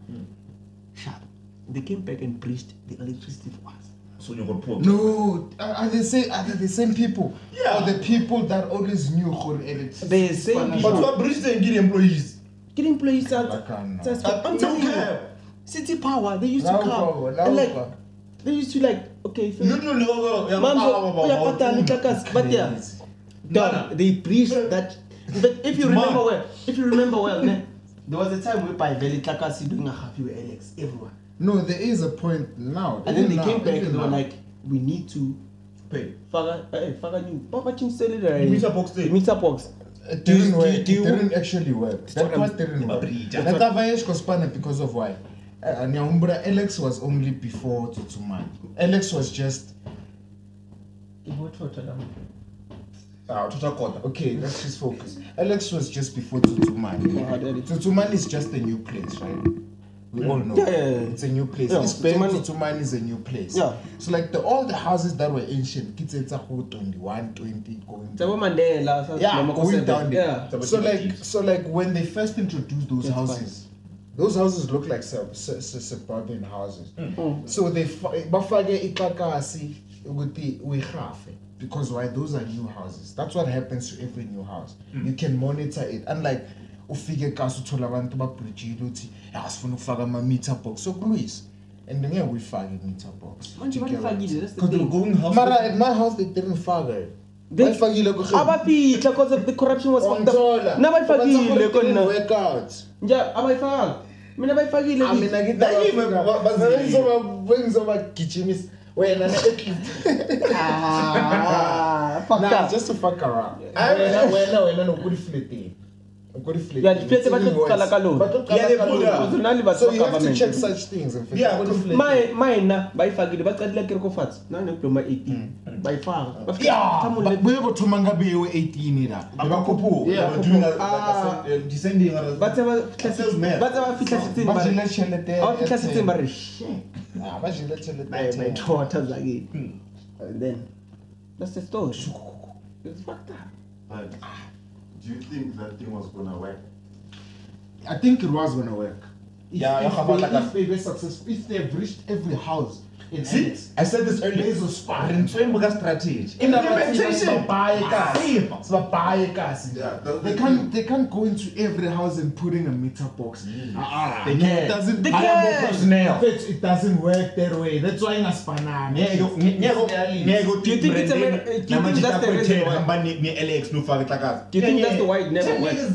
Speaker 9: sharp they came back and breached the electricity for us
Speaker 3: So you got Port.
Speaker 8: No, are are they say are they the same people?
Speaker 3: Yeah.
Speaker 8: Or the people that always knew gore electricity.
Speaker 9: the same
Speaker 3: But
Speaker 9: people
Speaker 3: what bridge they get employees?
Speaker 9: ke dimployees tsa-
Speaker 8: Bakana.
Speaker 9: tsa-
Speaker 3: Uh,
Speaker 9: I'm
Speaker 3: no
Speaker 9: telling you,
Speaker 3: cap.
Speaker 9: city power they used to
Speaker 8: Now
Speaker 9: come
Speaker 8: go, now
Speaker 9: and like
Speaker 8: go.
Speaker 9: they used to like okay
Speaker 3: You know, you know, you
Speaker 9: Mamzo,
Speaker 3: know,
Speaker 9: uyabhatala
Speaker 3: you know,
Speaker 9: ikakasi but yeah
Speaker 3: No,
Speaker 9: dog
Speaker 3: no.
Speaker 9: they breached that but if you
Speaker 3: Man.
Speaker 9: remember well if you remember well ne there was a time whereby vele tlakasi doing a happy with alex everyone
Speaker 8: No, there is a point now.
Speaker 9: and then
Speaker 8: even
Speaker 9: they came
Speaker 8: now,
Speaker 9: back
Speaker 8: even
Speaker 9: and they were
Speaker 8: now.
Speaker 9: like we need to
Speaker 3: Pay.
Speaker 9: faka eh faka new papa eh, chinselele
Speaker 3: Meter box day.
Speaker 9: meter box
Speaker 8: it
Speaker 9: do you-
Speaker 8: didn't
Speaker 9: do
Speaker 8: work.
Speaker 9: you-
Speaker 8: It
Speaker 9: do you-
Speaker 8: didn't actually work. That
Speaker 9: what
Speaker 8: part
Speaker 9: I'm-
Speaker 8: didn't work.
Speaker 3: Mabrija.
Speaker 8: That's why I Kospana because of why. Uh, Nyaumbra, Alex was only before Tutumani. Alex was just
Speaker 3: Ah, total quarter.
Speaker 8: Okay, let's just focus. Alex was just before Tutumani.
Speaker 9: Yeah, that is-
Speaker 8: Tutumani is just a new place, right? We all know.
Speaker 9: Yeah, yeah, yeah.
Speaker 8: It's a new place.
Speaker 9: Yeah,
Speaker 8: It's been-
Speaker 9: Tutumani-
Speaker 8: Tutumani is a new place.
Speaker 9: Yeah.
Speaker 8: So like the all the houses that were ancient, kids it's a whole 21, 20 going
Speaker 9: Thabo Mandela sa-
Speaker 8: yeah,
Speaker 9: Mama
Speaker 8: going
Speaker 9: Kosebe.
Speaker 8: down there.
Speaker 9: yeah
Speaker 3: Thabo
Speaker 8: So
Speaker 3: Chiba
Speaker 8: like
Speaker 3: Chiefs.
Speaker 8: so like when they first introduced those
Speaker 9: That's
Speaker 8: houses, those houses look like sub, su- su- suburban houses.
Speaker 9: Hmm.
Speaker 8: So they fa- bafake ikakasi with the wihafe because why those are new houses. That's what happens to every new house.
Speaker 9: Hmm.
Speaker 8: You can monitor it unlike ufike kasi uthola abantu babhrijile uthi "Ah, sifuna ukufaka ama-meter box sokulwisa and ngeke uyifake i-meter box
Speaker 9: Manje
Speaker 8: You get what I'm
Speaker 9: balifakile,
Speaker 8: saying?
Speaker 9: that's the
Speaker 3: Because they're
Speaker 9: thing.
Speaker 3: going house.
Speaker 8: mara at my house they didn't faka it.
Speaker 9: They-
Speaker 8: Balifakile
Speaker 9: Ah,
Speaker 8: kurhwebo.
Speaker 9: abapitla because of the corruption was fucked
Speaker 8: Onthola.
Speaker 9: up na bayifakile
Speaker 8: Abantu
Speaker 9: kona
Speaker 8: work out.
Speaker 9: nja abayifakanga mina bayifakile
Speaker 8: I mean, I get that.
Speaker 3: Naive, but- but-
Speaker 8: Wings over kitchenis. When an
Speaker 9: Ah, fucked
Speaker 8: Nah,
Speaker 9: up.
Speaker 8: just to fuck around.
Speaker 3: I-
Speaker 8: Wena wena wena nokudiflete. Ukudiflete.
Speaker 9: Yeah, diflete batlocala kalona.
Speaker 3: Yeah, they pulled up.
Speaker 9: Because nali batho
Speaker 8: So
Speaker 9: ba
Speaker 8: you have to
Speaker 9: government.
Speaker 8: check such things. in fact.
Speaker 3: Yeah,
Speaker 8: Ukudiflete.
Speaker 9: Maye- mayena bayifakile bacalile kerekofatsi nanedoma 18 bayifaka
Speaker 8: Mm. Yeah,
Speaker 9: Bafika-
Speaker 8: but buye kuthoma ngabe yewe 18 ila.
Speaker 3: Abakhuphuki.
Speaker 8: Yeah,
Speaker 3: They're doing a-
Speaker 8: abakhuphuki.
Speaker 9: Ah.
Speaker 3: like a- descending on a-
Speaker 9: batse ba-
Speaker 3: Sales man.
Speaker 9: batse bafihla setseng ba re-
Speaker 8: Bajile chelete.
Speaker 9: ha ba fihla setseng ba re "Shit,
Speaker 8: Ah, bajile chelete.
Speaker 9: baye bayithotha zakeni
Speaker 8: Mm.
Speaker 9: and then that's the story It's fucked up.
Speaker 5: But do you think that thing was gonna work?
Speaker 8: I think it was gonna work. If,
Speaker 3: Yeah,
Speaker 8: if,
Speaker 3: yeah,
Speaker 8: they,
Speaker 3: like a-
Speaker 8: if they were successful, if they breached every house in
Speaker 3: See,
Speaker 8: Annex,
Speaker 3: I said this earlier.
Speaker 8: There's a spot.
Speaker 3: Re ntsweng bo ka strategy.
Speaker 8: implementation.
Speaker 3: Massive.
Speaker 5: Yeah, that-
Speaker 8: They can't. They can't go into every house and put in a meter box. Ah,
Speaker 3: Mm. They
Speaker 8: no,
Speaker 3: can.
Speaker 8: It doesn't.
Speaker 9: They
Speaker 8: I am more
Speaker 9: can.
Speaker 8: personnel. It, it doesn't work that way. That's why in Aspanan.
Speaker 3: Ngeke- nge- ngeke- ngeke
Speaker 9: Do you think it's a
Speaker 3: Brandon
Speaker 9: man- do you think
Speaker 3: namanje
Speaker 9: that's the
Speaker 3: taphethe
Speaker 9: reason why-
Speaker 3: hamba ne- ne-Alex nofake ihlakazi.
Speaker 9: Do you think
Speaker 3: Yeah,
Speaker 9: that's the why it never
Speaker 3: Ten
Speaker 9: worked?
Speaker 3: years.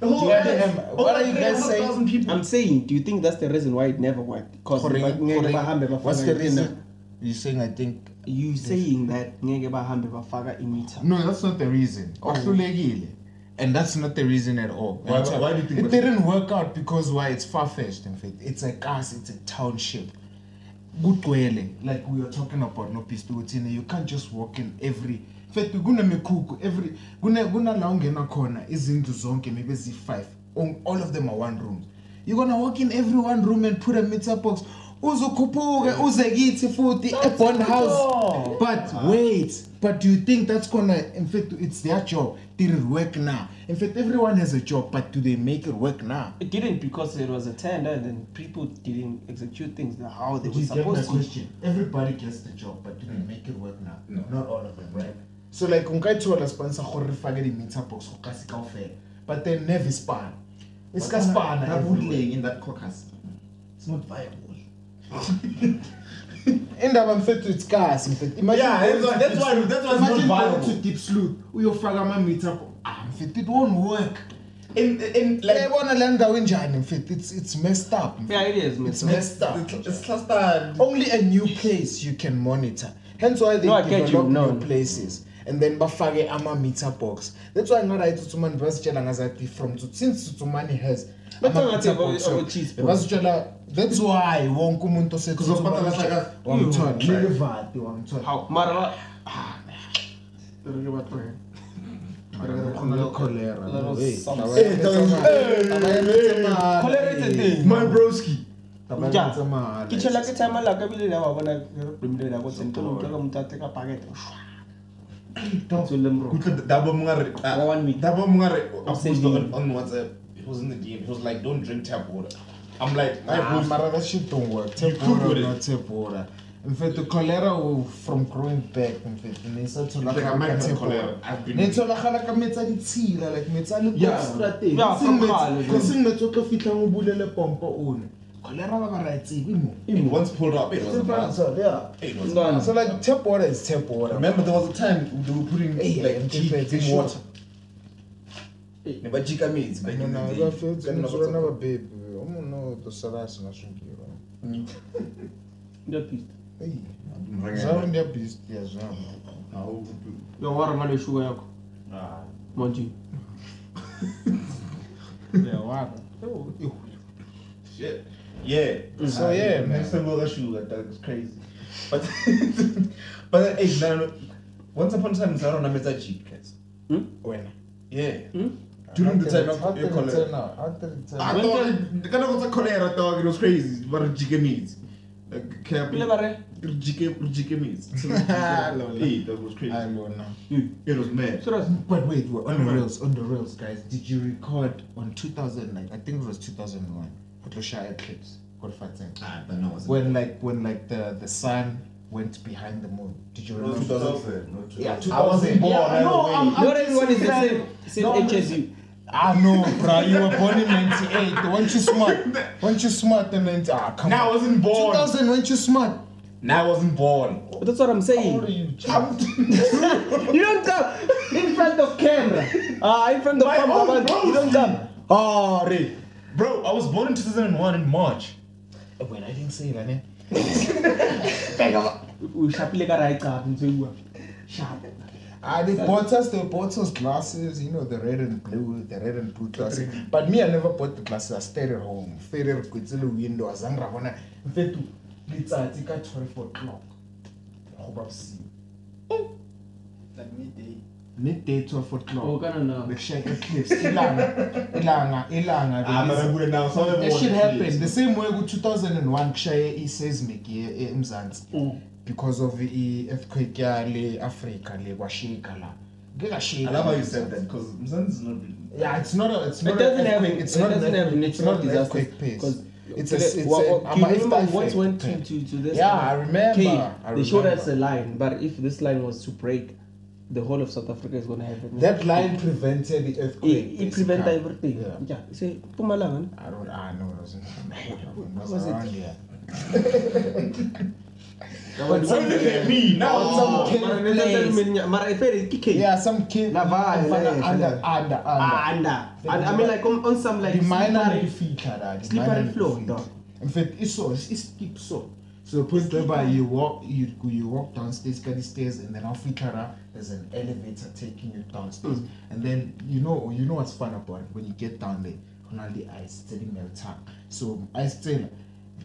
Speaker 3: The whole
Speaker 8: Yeah,
Speaker 3: Alex,
Speaker 8: um,
Speaker 3: over
Speaker 8: what are you guys
Speaker 3: 300,000 people.
Speaker 9: i'm saying do you think that's the reason why it never worked because
Speaker 8: What's the reason? You're saying I think.
Speaker 9: you saying that ngeke bahambe bafaka imeter
Speaker 8: No, that's not the reason. Ohlulekile. And that's not the reason at all.
Speaker 3: Oh. Why-
Speaker 8: And so
Speaker 3: why do you think
Speaker 8: it
Speaker 3: that's-
Speaker 8: didn't work out? Because why? It's far fetched. In fact, it's a gas. It's a township. Kugcwele, like we were talking about no Pistutina, you can't just walk in every in fact kunemikhuku every kune kuna la ungena khona izindlu zonke maybe zi5 all of them are one rooms you're gonna walk in every one room and put a meter box uzukhuphuke uze kithi futhi ebond house but wait but do you think that's gonna in fact it's their job did it work now in fact everyone has a job but do they make it work now
Speaker 9: It didn't because it was a tender and then people didn't execute things the- how they were
Speaker 8: Just get my
Speaker 9: supposed to.
Speaker 8: question. Everybody gets the job, but do
Speaker 3: Mm.
Speaker 8: they make it work now? No. Not all of them, right? So like nka ithiwa la sponsor gore re fake di-meter box go kase kaofela but then never span e se ka spana
Speaker 3: That
Speaker 8: everywhere.
Speaker 3: woodlaying in that caucus. It's not viable.
Speaker 8: indaba E mfethu it's kasi mfethu Imagine
Speaker 3: Yeah, that's why- that's why- that's why it's
Speaker 8: Imagine
Speaker 3: not
Speaker 8: going
Speaker 3: viable.
Speaker 8: to deep sleuth uyofaka ama-meter bo- ah mfethu it won't work
Speaker 3: In in like
Speaker 8: yayibona le ndawo enjani mfethu it's, it's messed up mfethu.
Speaker 9: Yeah, it is,
Speaker 8: it's
Speaker 9: Mr.
Speaker 8: messed up
Speaker 3: it's, it's clustered.
Speaker 8: only a new place you can monitor hence why they
Speaker 9: No, I get you,
Speaker 8: develop
Speaker 9: no.
Speaker 8: new places and then bafake ama-meter box that's why ngara itutsumani bebasitshela ngazathi from to, since tutsumani has
Speaker 9: But
Speaker 8: ama-meter
Speaker 9: ngathi abo-
Speaker 8: box,
Speaker 9: abo-cheese box.
Speaker 8: bebasitshela that's why wonke umuntu
Speaker 3: Kuzofaka lahlaka-
Speaker 8: wamthola levati wamthola
Speaker 9: How? Oh, Mara, Ah,
Speaker 8: khona le cholera
Speaker 9: Little
Speaker 8: Hey,
Speaker 9: something.
Speaker 8: taba-
Speaker 3: Hey, hey,
Speaker 9: Cholera is a
Speaker 3: hey.
Speaker 9: thing.
Speaker 3: My broski.
Speaker 8: taba-
Speaker 9: Yeah.
Speaker 8: tsa mahala.
Speaker 9: ke tšhela ke tsama laka ebile la wa bona ke re brimile la ko sentlelonke ka motate ka pakete tswelele moro
Speaker 3: Kutla dabo mungare.
Speaker 9: For one week.
Speaker 3: Dabo mungare. I
Speaker 9: Same
Speaker 3: posted
Speaker 9: thing.
Speaker 3: on, on WhatsApp. It was in the DM. It was like, don't drink tap water. I'm like, I
Speaker 8: Ah,
Speaker 3: post-
Speaker 8: mara that shit don't work.
Speaker 3: You cook
Speaker 8: Tempura,
Speaker 3: with it.
Speaker 8: not tempura. In fact, the cholera will, from growing back, in fact, and it's not
Speaker 3: Like, I might have cholera. I've been-
Speaker 8: netholagala ka metsi a ditshila like metsi a le
Speaker 3: Yeah.
Speaker 9: Yeah, from kgale, bro.
Speaker 8: eseng metsi o tlo fitlhang o bulele pompo one cholera ba ba ra e tsebe mo
Speaker 3: It once pulled up. It was a mess. It was a
Speaker 9: No,
Speaker 3: mess.
Speaker 8: so like tap water is tap water
Speaker 3: Remember, there was a time they were putting
Speaker 8: Hey, I'm
Speaker 3: like cheap
Speaker 8: prepared to
Speaker 3: in
Speaker 8: shoot.
Speaker 3: water. Never jika meats back in the day. Then I was
Speaker 8: nonafetsirana
Speaker 3: like,
Speaker 8: babebi omuno to sala a sena swikiro zaro ndi ya bisti ya zwana
Speaker 9: yo wa rema le sugar yakho monji
Speaker 3: Shit. Yeah.
Speaker 8: So,
Speaker 3: Uh,
Speaker 8: yeah, man.
Speaker 3: Next time we'll rush you. That's crazy. But but hey, no, no. Once upon a time, Zaro Nameza cheap guys.
Speaker 8: wena
Speaker 3: Yeah.
Speaker 8: Hmm?
Speaker 3: During the time of your cholera. I thought the kind of cholera dog. It was crazy. What a jika meats. Like cap.
Speaker 9: ebile ba re
Speaker 3: Jika jika meats. Hey, that was crazy.
Speaker 8: Ah,
Speaker 3: It was mad.
Speaker 9: serious
Speaker 8: But wait, we're on the
Speaker 3: Alright.
Speaker 8: rails, on the rails, guys. Did you record on 2000, like, I think it was 2001, Kotosha Eclipse, God fighting?
Speaker 3: Ah, but no, it was
Speaker 8: When, like, when, like, the, the sun went behind the moon. Did you remember? Yeah, I wasn't born. Yeah, no, I'm, I'm
Speaker 9: not everyone is the
Speaker 8: saying-
Speaker 9: same same
Speaker 8: No, I'm
Speaker 9: age as you
Speaker 8: Ah, no, bro, you were born in 98. Weren't you smart? Weren't you smart in 90? Ah, come
Speaker 3: Now I
Speaker 8: on.
Speaker 3: wasn't born.
Speaker 8: 2000, weren't you smart?
Speaker 3: Now I wasn't born.
Speaker 9: But that's what i'm saying you don't come in front of camera ah in front of
Speaker 3: My
Speaker 9: camera
Speaker 3: own
Speaker 9: but you don't
Speaker 3: bros.
Speaker 9: come
Speaker 3: Ah,
Speaker 8: Oh, Ray.
Speaker 3: Bro, I was born in 2001 in March.
Speaker 8: Wait, I didn't say that, eh?
Speaker 9: o shapile ka rai qapi ntse bua shape
Speaker 8: Ah, they bought us, they bought us glasses, you know, the red and blue, the red and blue glasses. But me, I never bought the glasses. I stayed at home. Stayed at the window. I was under one. In fact, it's at 12 o'clock. I hope I've seen. Eh, midday 12
Speaker 9: o
Speaker 8: o'clock
Speaker 9: Oh, kana na
Speaker 8: bekushaya eclipse ilanga ilanga ilanga
Speaker 3: Ah,
Speaker 8: belize.
Speaker 3: good now. So
Speaker 8: that shit happened the same way ku-2001 kushaye i-seismic ye- e- emzansi
Speaker 9: Mm.
Speaker 8: because of i-earthquake yale africa le kwashika la
Speaker 3: I love how you
Speaker 8: ngekashika
Speaker 3: said that because Mzanzi is not really.
Speaker 8: yeah it's not a, it's
Speaker 9: It
Speaker 8: not a
Speaker 9: doesn't have
Speaker 8: earthquake,
Speaker 9: it
Speaker 8: it's not an
Speaker 9: doesn't have
Speaker 8: earthquake, it's
Speaker 9: natural
Speaker 8: not an
Speaker 9: disasters
Speaker 8: earthquake pace.
Speaker 9: because
Speaker 8: it's a it's
Speaker 9: well,
Speaker 8: a
Speaker 9: well, do
Speaker 8: I'm
Speaker 9: you
Speaker 8: a
Speaker 9: remember
Speaker 8: after
Speaker 9: what
Speaker 8: effect
Speaker 9: went to
Speaker 8: thing.
Speaker 9: to to this?
Speaker 8: Yeah, I remember,
Speaker 9: Okay,
Speaker 8: I
Speaker 9: they showed us a
Speaker 8: remember.
Speaker 9: line, but if this line was to break, the whole of South Africa is gonna have it.
Speaker 8: that line prevented the
Speaker 9: it,
Speaker 8: earthquake
Speaker 9: it prevents
Speaker 8: basically.
Speaker 9: everything.
Speaker 8: Yeah.
Speaker 9: Yeah, you say Pumalanga.
Speaker 8: I don't. I know. It was, in, it was,
Speaker 9: Was it?
Speaker 8: around here.
Speaker 3: But look at me now.
Speaker 8: Oh, some
Speaker 9: Mara
Speaker 8: kid
Speaker 9: neta
Speaker 8: plays.
Speaker 9: tell me, mara if it is kike.
Speaker 8: Yeah, some kid.
Speaker 9: La valle,
Speaker 8: Under,
Speaker 9: yeah,
Speaker 8: under,
Speaker 9: yeah.
Speaker 8: under,
Speaker 9: Ah,
Speaker 8: under.
Speaker 9: and, and I mean like on, on some like
Speaker 8: The minor
Speaker 9: slippery-
Speaker 8: defeater, that the
Speaker 9: slippery
Speaker 8: minor
Speaker 9: floor,
Speaker 8: defeater.
Speaker 9: dog.
Speaker 8: In fact, it's so it's, it's deep so. So the point whereby you walk, you you walk downstairs, get the stairs, and then off Ikara, there's an elevator taking you downstairs.
Speaker 9: Hmm.
Speaker 8: And then you know you know what's fun about it when you get down there, on all the ice, it's melt up. So ice still,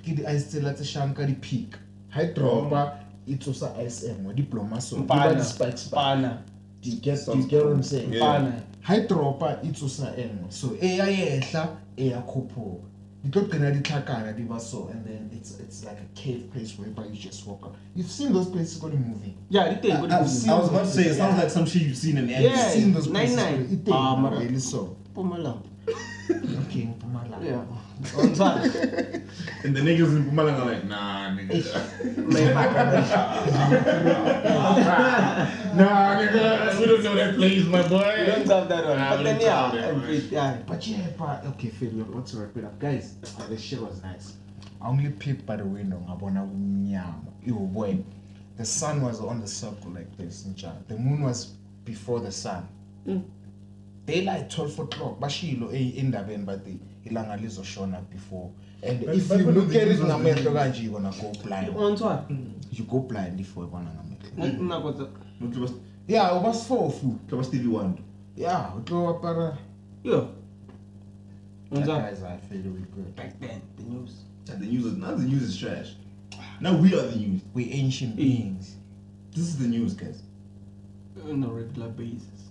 Speaker 8: kid ice still at the Shankari peak, e high dropper. It's also e ice and diploma so.
Speaker 9: Pana,
Speaker 8: spikes,
Speaker 9: pana,
Speaker 8: Do you get do you get what I'm saying?
Speaker 9: pana.
Speaker 8: e hydropa itsusa engo so eyayehla eyakhuphuka e di tlo qina di tlhakana di ba so and then it's, it's like a cave place whereby you just walk out you've seen those places ko di-movie
Speaker 9: Yeah, di teng ko
Speaker 3: I was about to say, it sounds
Speaker 8: Yeah.
Speaker 3: like some shit you've seen in the
Speaker 9: Yeah.
Speaker 3: anime.
Speaker 8: seen those places
Speaker 9: Nine-Nine.
Speaker 8: it
Speaker 9: Ah, mara-
Speaker 8: teng mara e le so
Speaker 9: dipumalanga
Speaker 8: okay mpumalanga
Speaker 9: ontshwana
Speaker 3: And the niggas in Pumalanga like, nah, nigga. nah, nigga, we don't know that place, my boy.
Speaker 9: but then yeah I'm free, yeah
Speaker 8: But yeah, but okay, Phil, we're about to wrap it up. Guys, the shit was nice. I only peeped by the window, Ngabona umnyama. Ew, boy. The sun was on the circle like this, nja. The moon was before the sun. Daylight 12 o'clock, bashilo eyindabeni bathi ilanga lizoshona before. And
Speaker 3: But-
Speaker 8: if
Speaker 3: but
Speaker 8: you
Speaker 3: when
Speaker 8: look
Speaker 3: the
Speaker 8: at it
Speaker 3: moon was
Speaker 8: ngamehlo kanje you're gonna go blind. Mm.
Speaker 9: ontshwana
Speaker 8: You go blind if you bona ngamehlo.
Speaker 9: nakotsa
Speaker 3: No, to was-
Speaker 8: Yeah, ubasifofu.
Speaker 3: to was Stevie Wonder.
Speaker 8: Yeah, utlo apara.
Speaker 9: yo ontshwana
Speaker 8: Guys, I feel we good.
Speaker 9: back then the news
Speaker 3: And The news is, now the news is trash. Now we are the news.
Speaker 8: We ancient beings.
Speaker 3: This is the news, guys.
Speaker 9: on a regular basis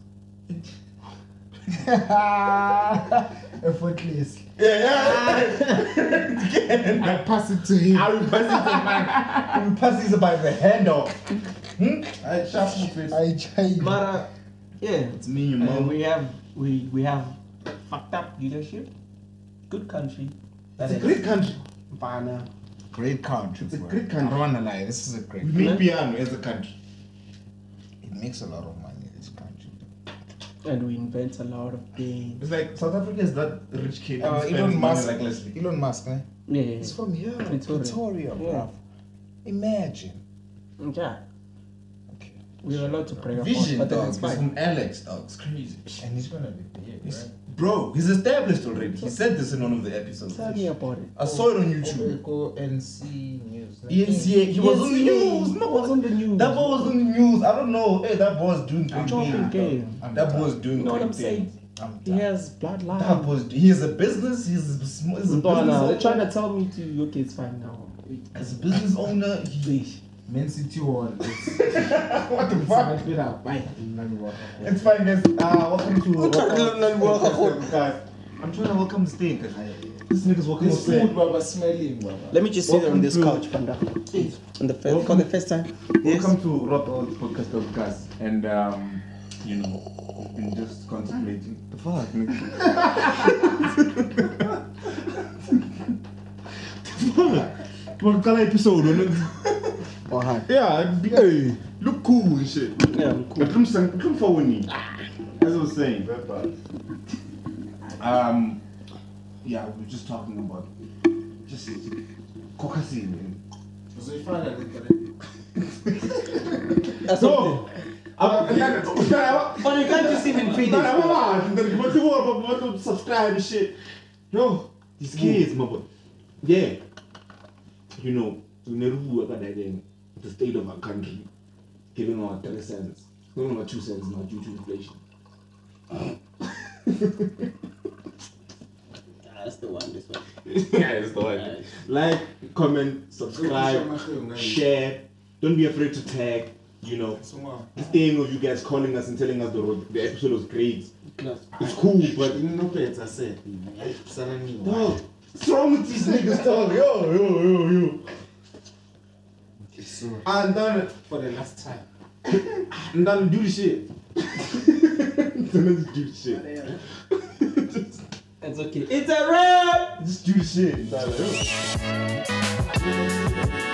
Speaker 8: effortless. Ah. Yeah, yeah. I pass it to him.
Speaker 3: I will pass it by my, I will pass this by the handle. Hmm? I shuffle face.
Speaker 8: I change.
Speaker 9: mara yeah
Speaker 3: It's me, your
Speaker 9: And
Speaker 3: mom.
Speaker 9: we have we we have fucked up leadership, good country. That
Speaker 3: It's a great country.
Speaker 9: Ghana.
Speaker 8: Great country.
Speaker 3: It's a
Speaker 8: bro.
Speaker 3: great country.
Speaker 8: I don't wanna lie. This is a great.
Speaker 3: We make piano as a country.
Speaker 8: It makes a lot of money. This country.
Speaker 9: And we invent a lot of things.
Speaker 3: It's like South Africa is that rich kid. who
Speaker 8: Uh,
Speaker 3: spends
Speaker 8: Elon
Speaker 3: money
Speaker 8: Musk.
Speaker 3: recklessly.
Speaker 8: Elon Musk, man.
Speaker 9: Yeah,
Speaker 8: It's from here.
Speaker 9: Pretoria.
Speaker 8: Pretoria,
Speaker 9: Yeah.
Speaker 8: bruv. Imagine.
Speaker 9: yeah.
Speaker 8: Okay.
Speaker 9: We have a lot to pray
Speaker 3: Vision,
Speaker 9: about, but
Speaker 3: dog.
Speaker 9: then
Speaker 3: It's
Speaker 9: it's fine.
Speaker 3: from Alex, dog. It's crazy.
Speaker 8: And he's gonna be big, right?
Speaker 3: Bro, he's established already. He said this in one of the episodes.
Speaker 9: Tell me about it.
Speaker 3: I saw it on YouTube. E
Speaker 8: Go and see news.
Speaker 3: Yes, yeah, he was on
Speaker 9: E
Speaker 3: the news.
Speaker 9: He was on the news.
Speaker 3: That boy was on the news. I don't know. Hey, that boy was doing great
Speaker 9: Talking
Speaker 3: things.
Speaker 9: game.
Speaker 3: That boy was doing
Speaker 9: You know what
Speaker 3: great
Speaker 9: I'm saying?
Speaker 3: things.
Speaker 8: I'm
Speaker 9: He has bloodline.
Speaker 3: That boy was. He is a business. He's a, sm- he's a
Speaker 9: No, no, no, they're
Speaker 3: business.
Speaker 9: trying
Speaker 3: Owner.
Speaker 9: to tell me to okay, it's fine now.
Speaker 3: As a business owner, he,
Speaker 9: Please.
Speaker 8: Man City Wall. Let's
Speaker 3: what the fuck?
Speaker 8: wrap it up. ah, Bye.
Speaker 3: It's fine, guys. Uh, welcome to. welcome, guys. I'm trying to welcome the thing. This nigga's welcome
Speaker 8: This food,
Speaker 3: upstairs.
Speaker 8: Baba, smelling, Baba.
Speaker 9: Let me just sit
Speaker 3: Welcome
Speaker 9: on this
Speaker 3: to-
Speaker 9: couch, Panda. On the first, for the first time.
Speaker 3: Welcome to Rot Old Podcast of Gas. And, um, you know, we've been just contemplating. The fuck, nigga? Well, color episode, Yeah, hey, look cool and shit.
Speaker 9: Yeah, I'm cool.
Speaker 3: But come, sang- come forward, me. As I was saying, um, yeah, we were just talking about just caucasian.
Speaker 9: That's all.
Speaker 3: So, Uh, I'm
Speaker 9: But you can't just even feed it.
Speaker 3: subscribe and shit. Yo, these kids, my boy. Yeah, you know, we never work at that thing. The state of our country giving our three cents, giving our two cents now due to inflation.
Speaker 10: That's the one, this one.
Speaker 3: yeah, it's the one. Like, comment, subscribe, share. Don't be afraid to tag. You know, this thing of you guys calling us and telling us the, road, the episode was great. It's cool, but Dog, what's wrong with these niggas, dog? Yo, yo, yo, yo. I'm done for the last time. I'm done do the shit. Don't do the shit.
Speaker 9: That's okay. It's a wrap!
Speaker 3: Just do the shit. dog.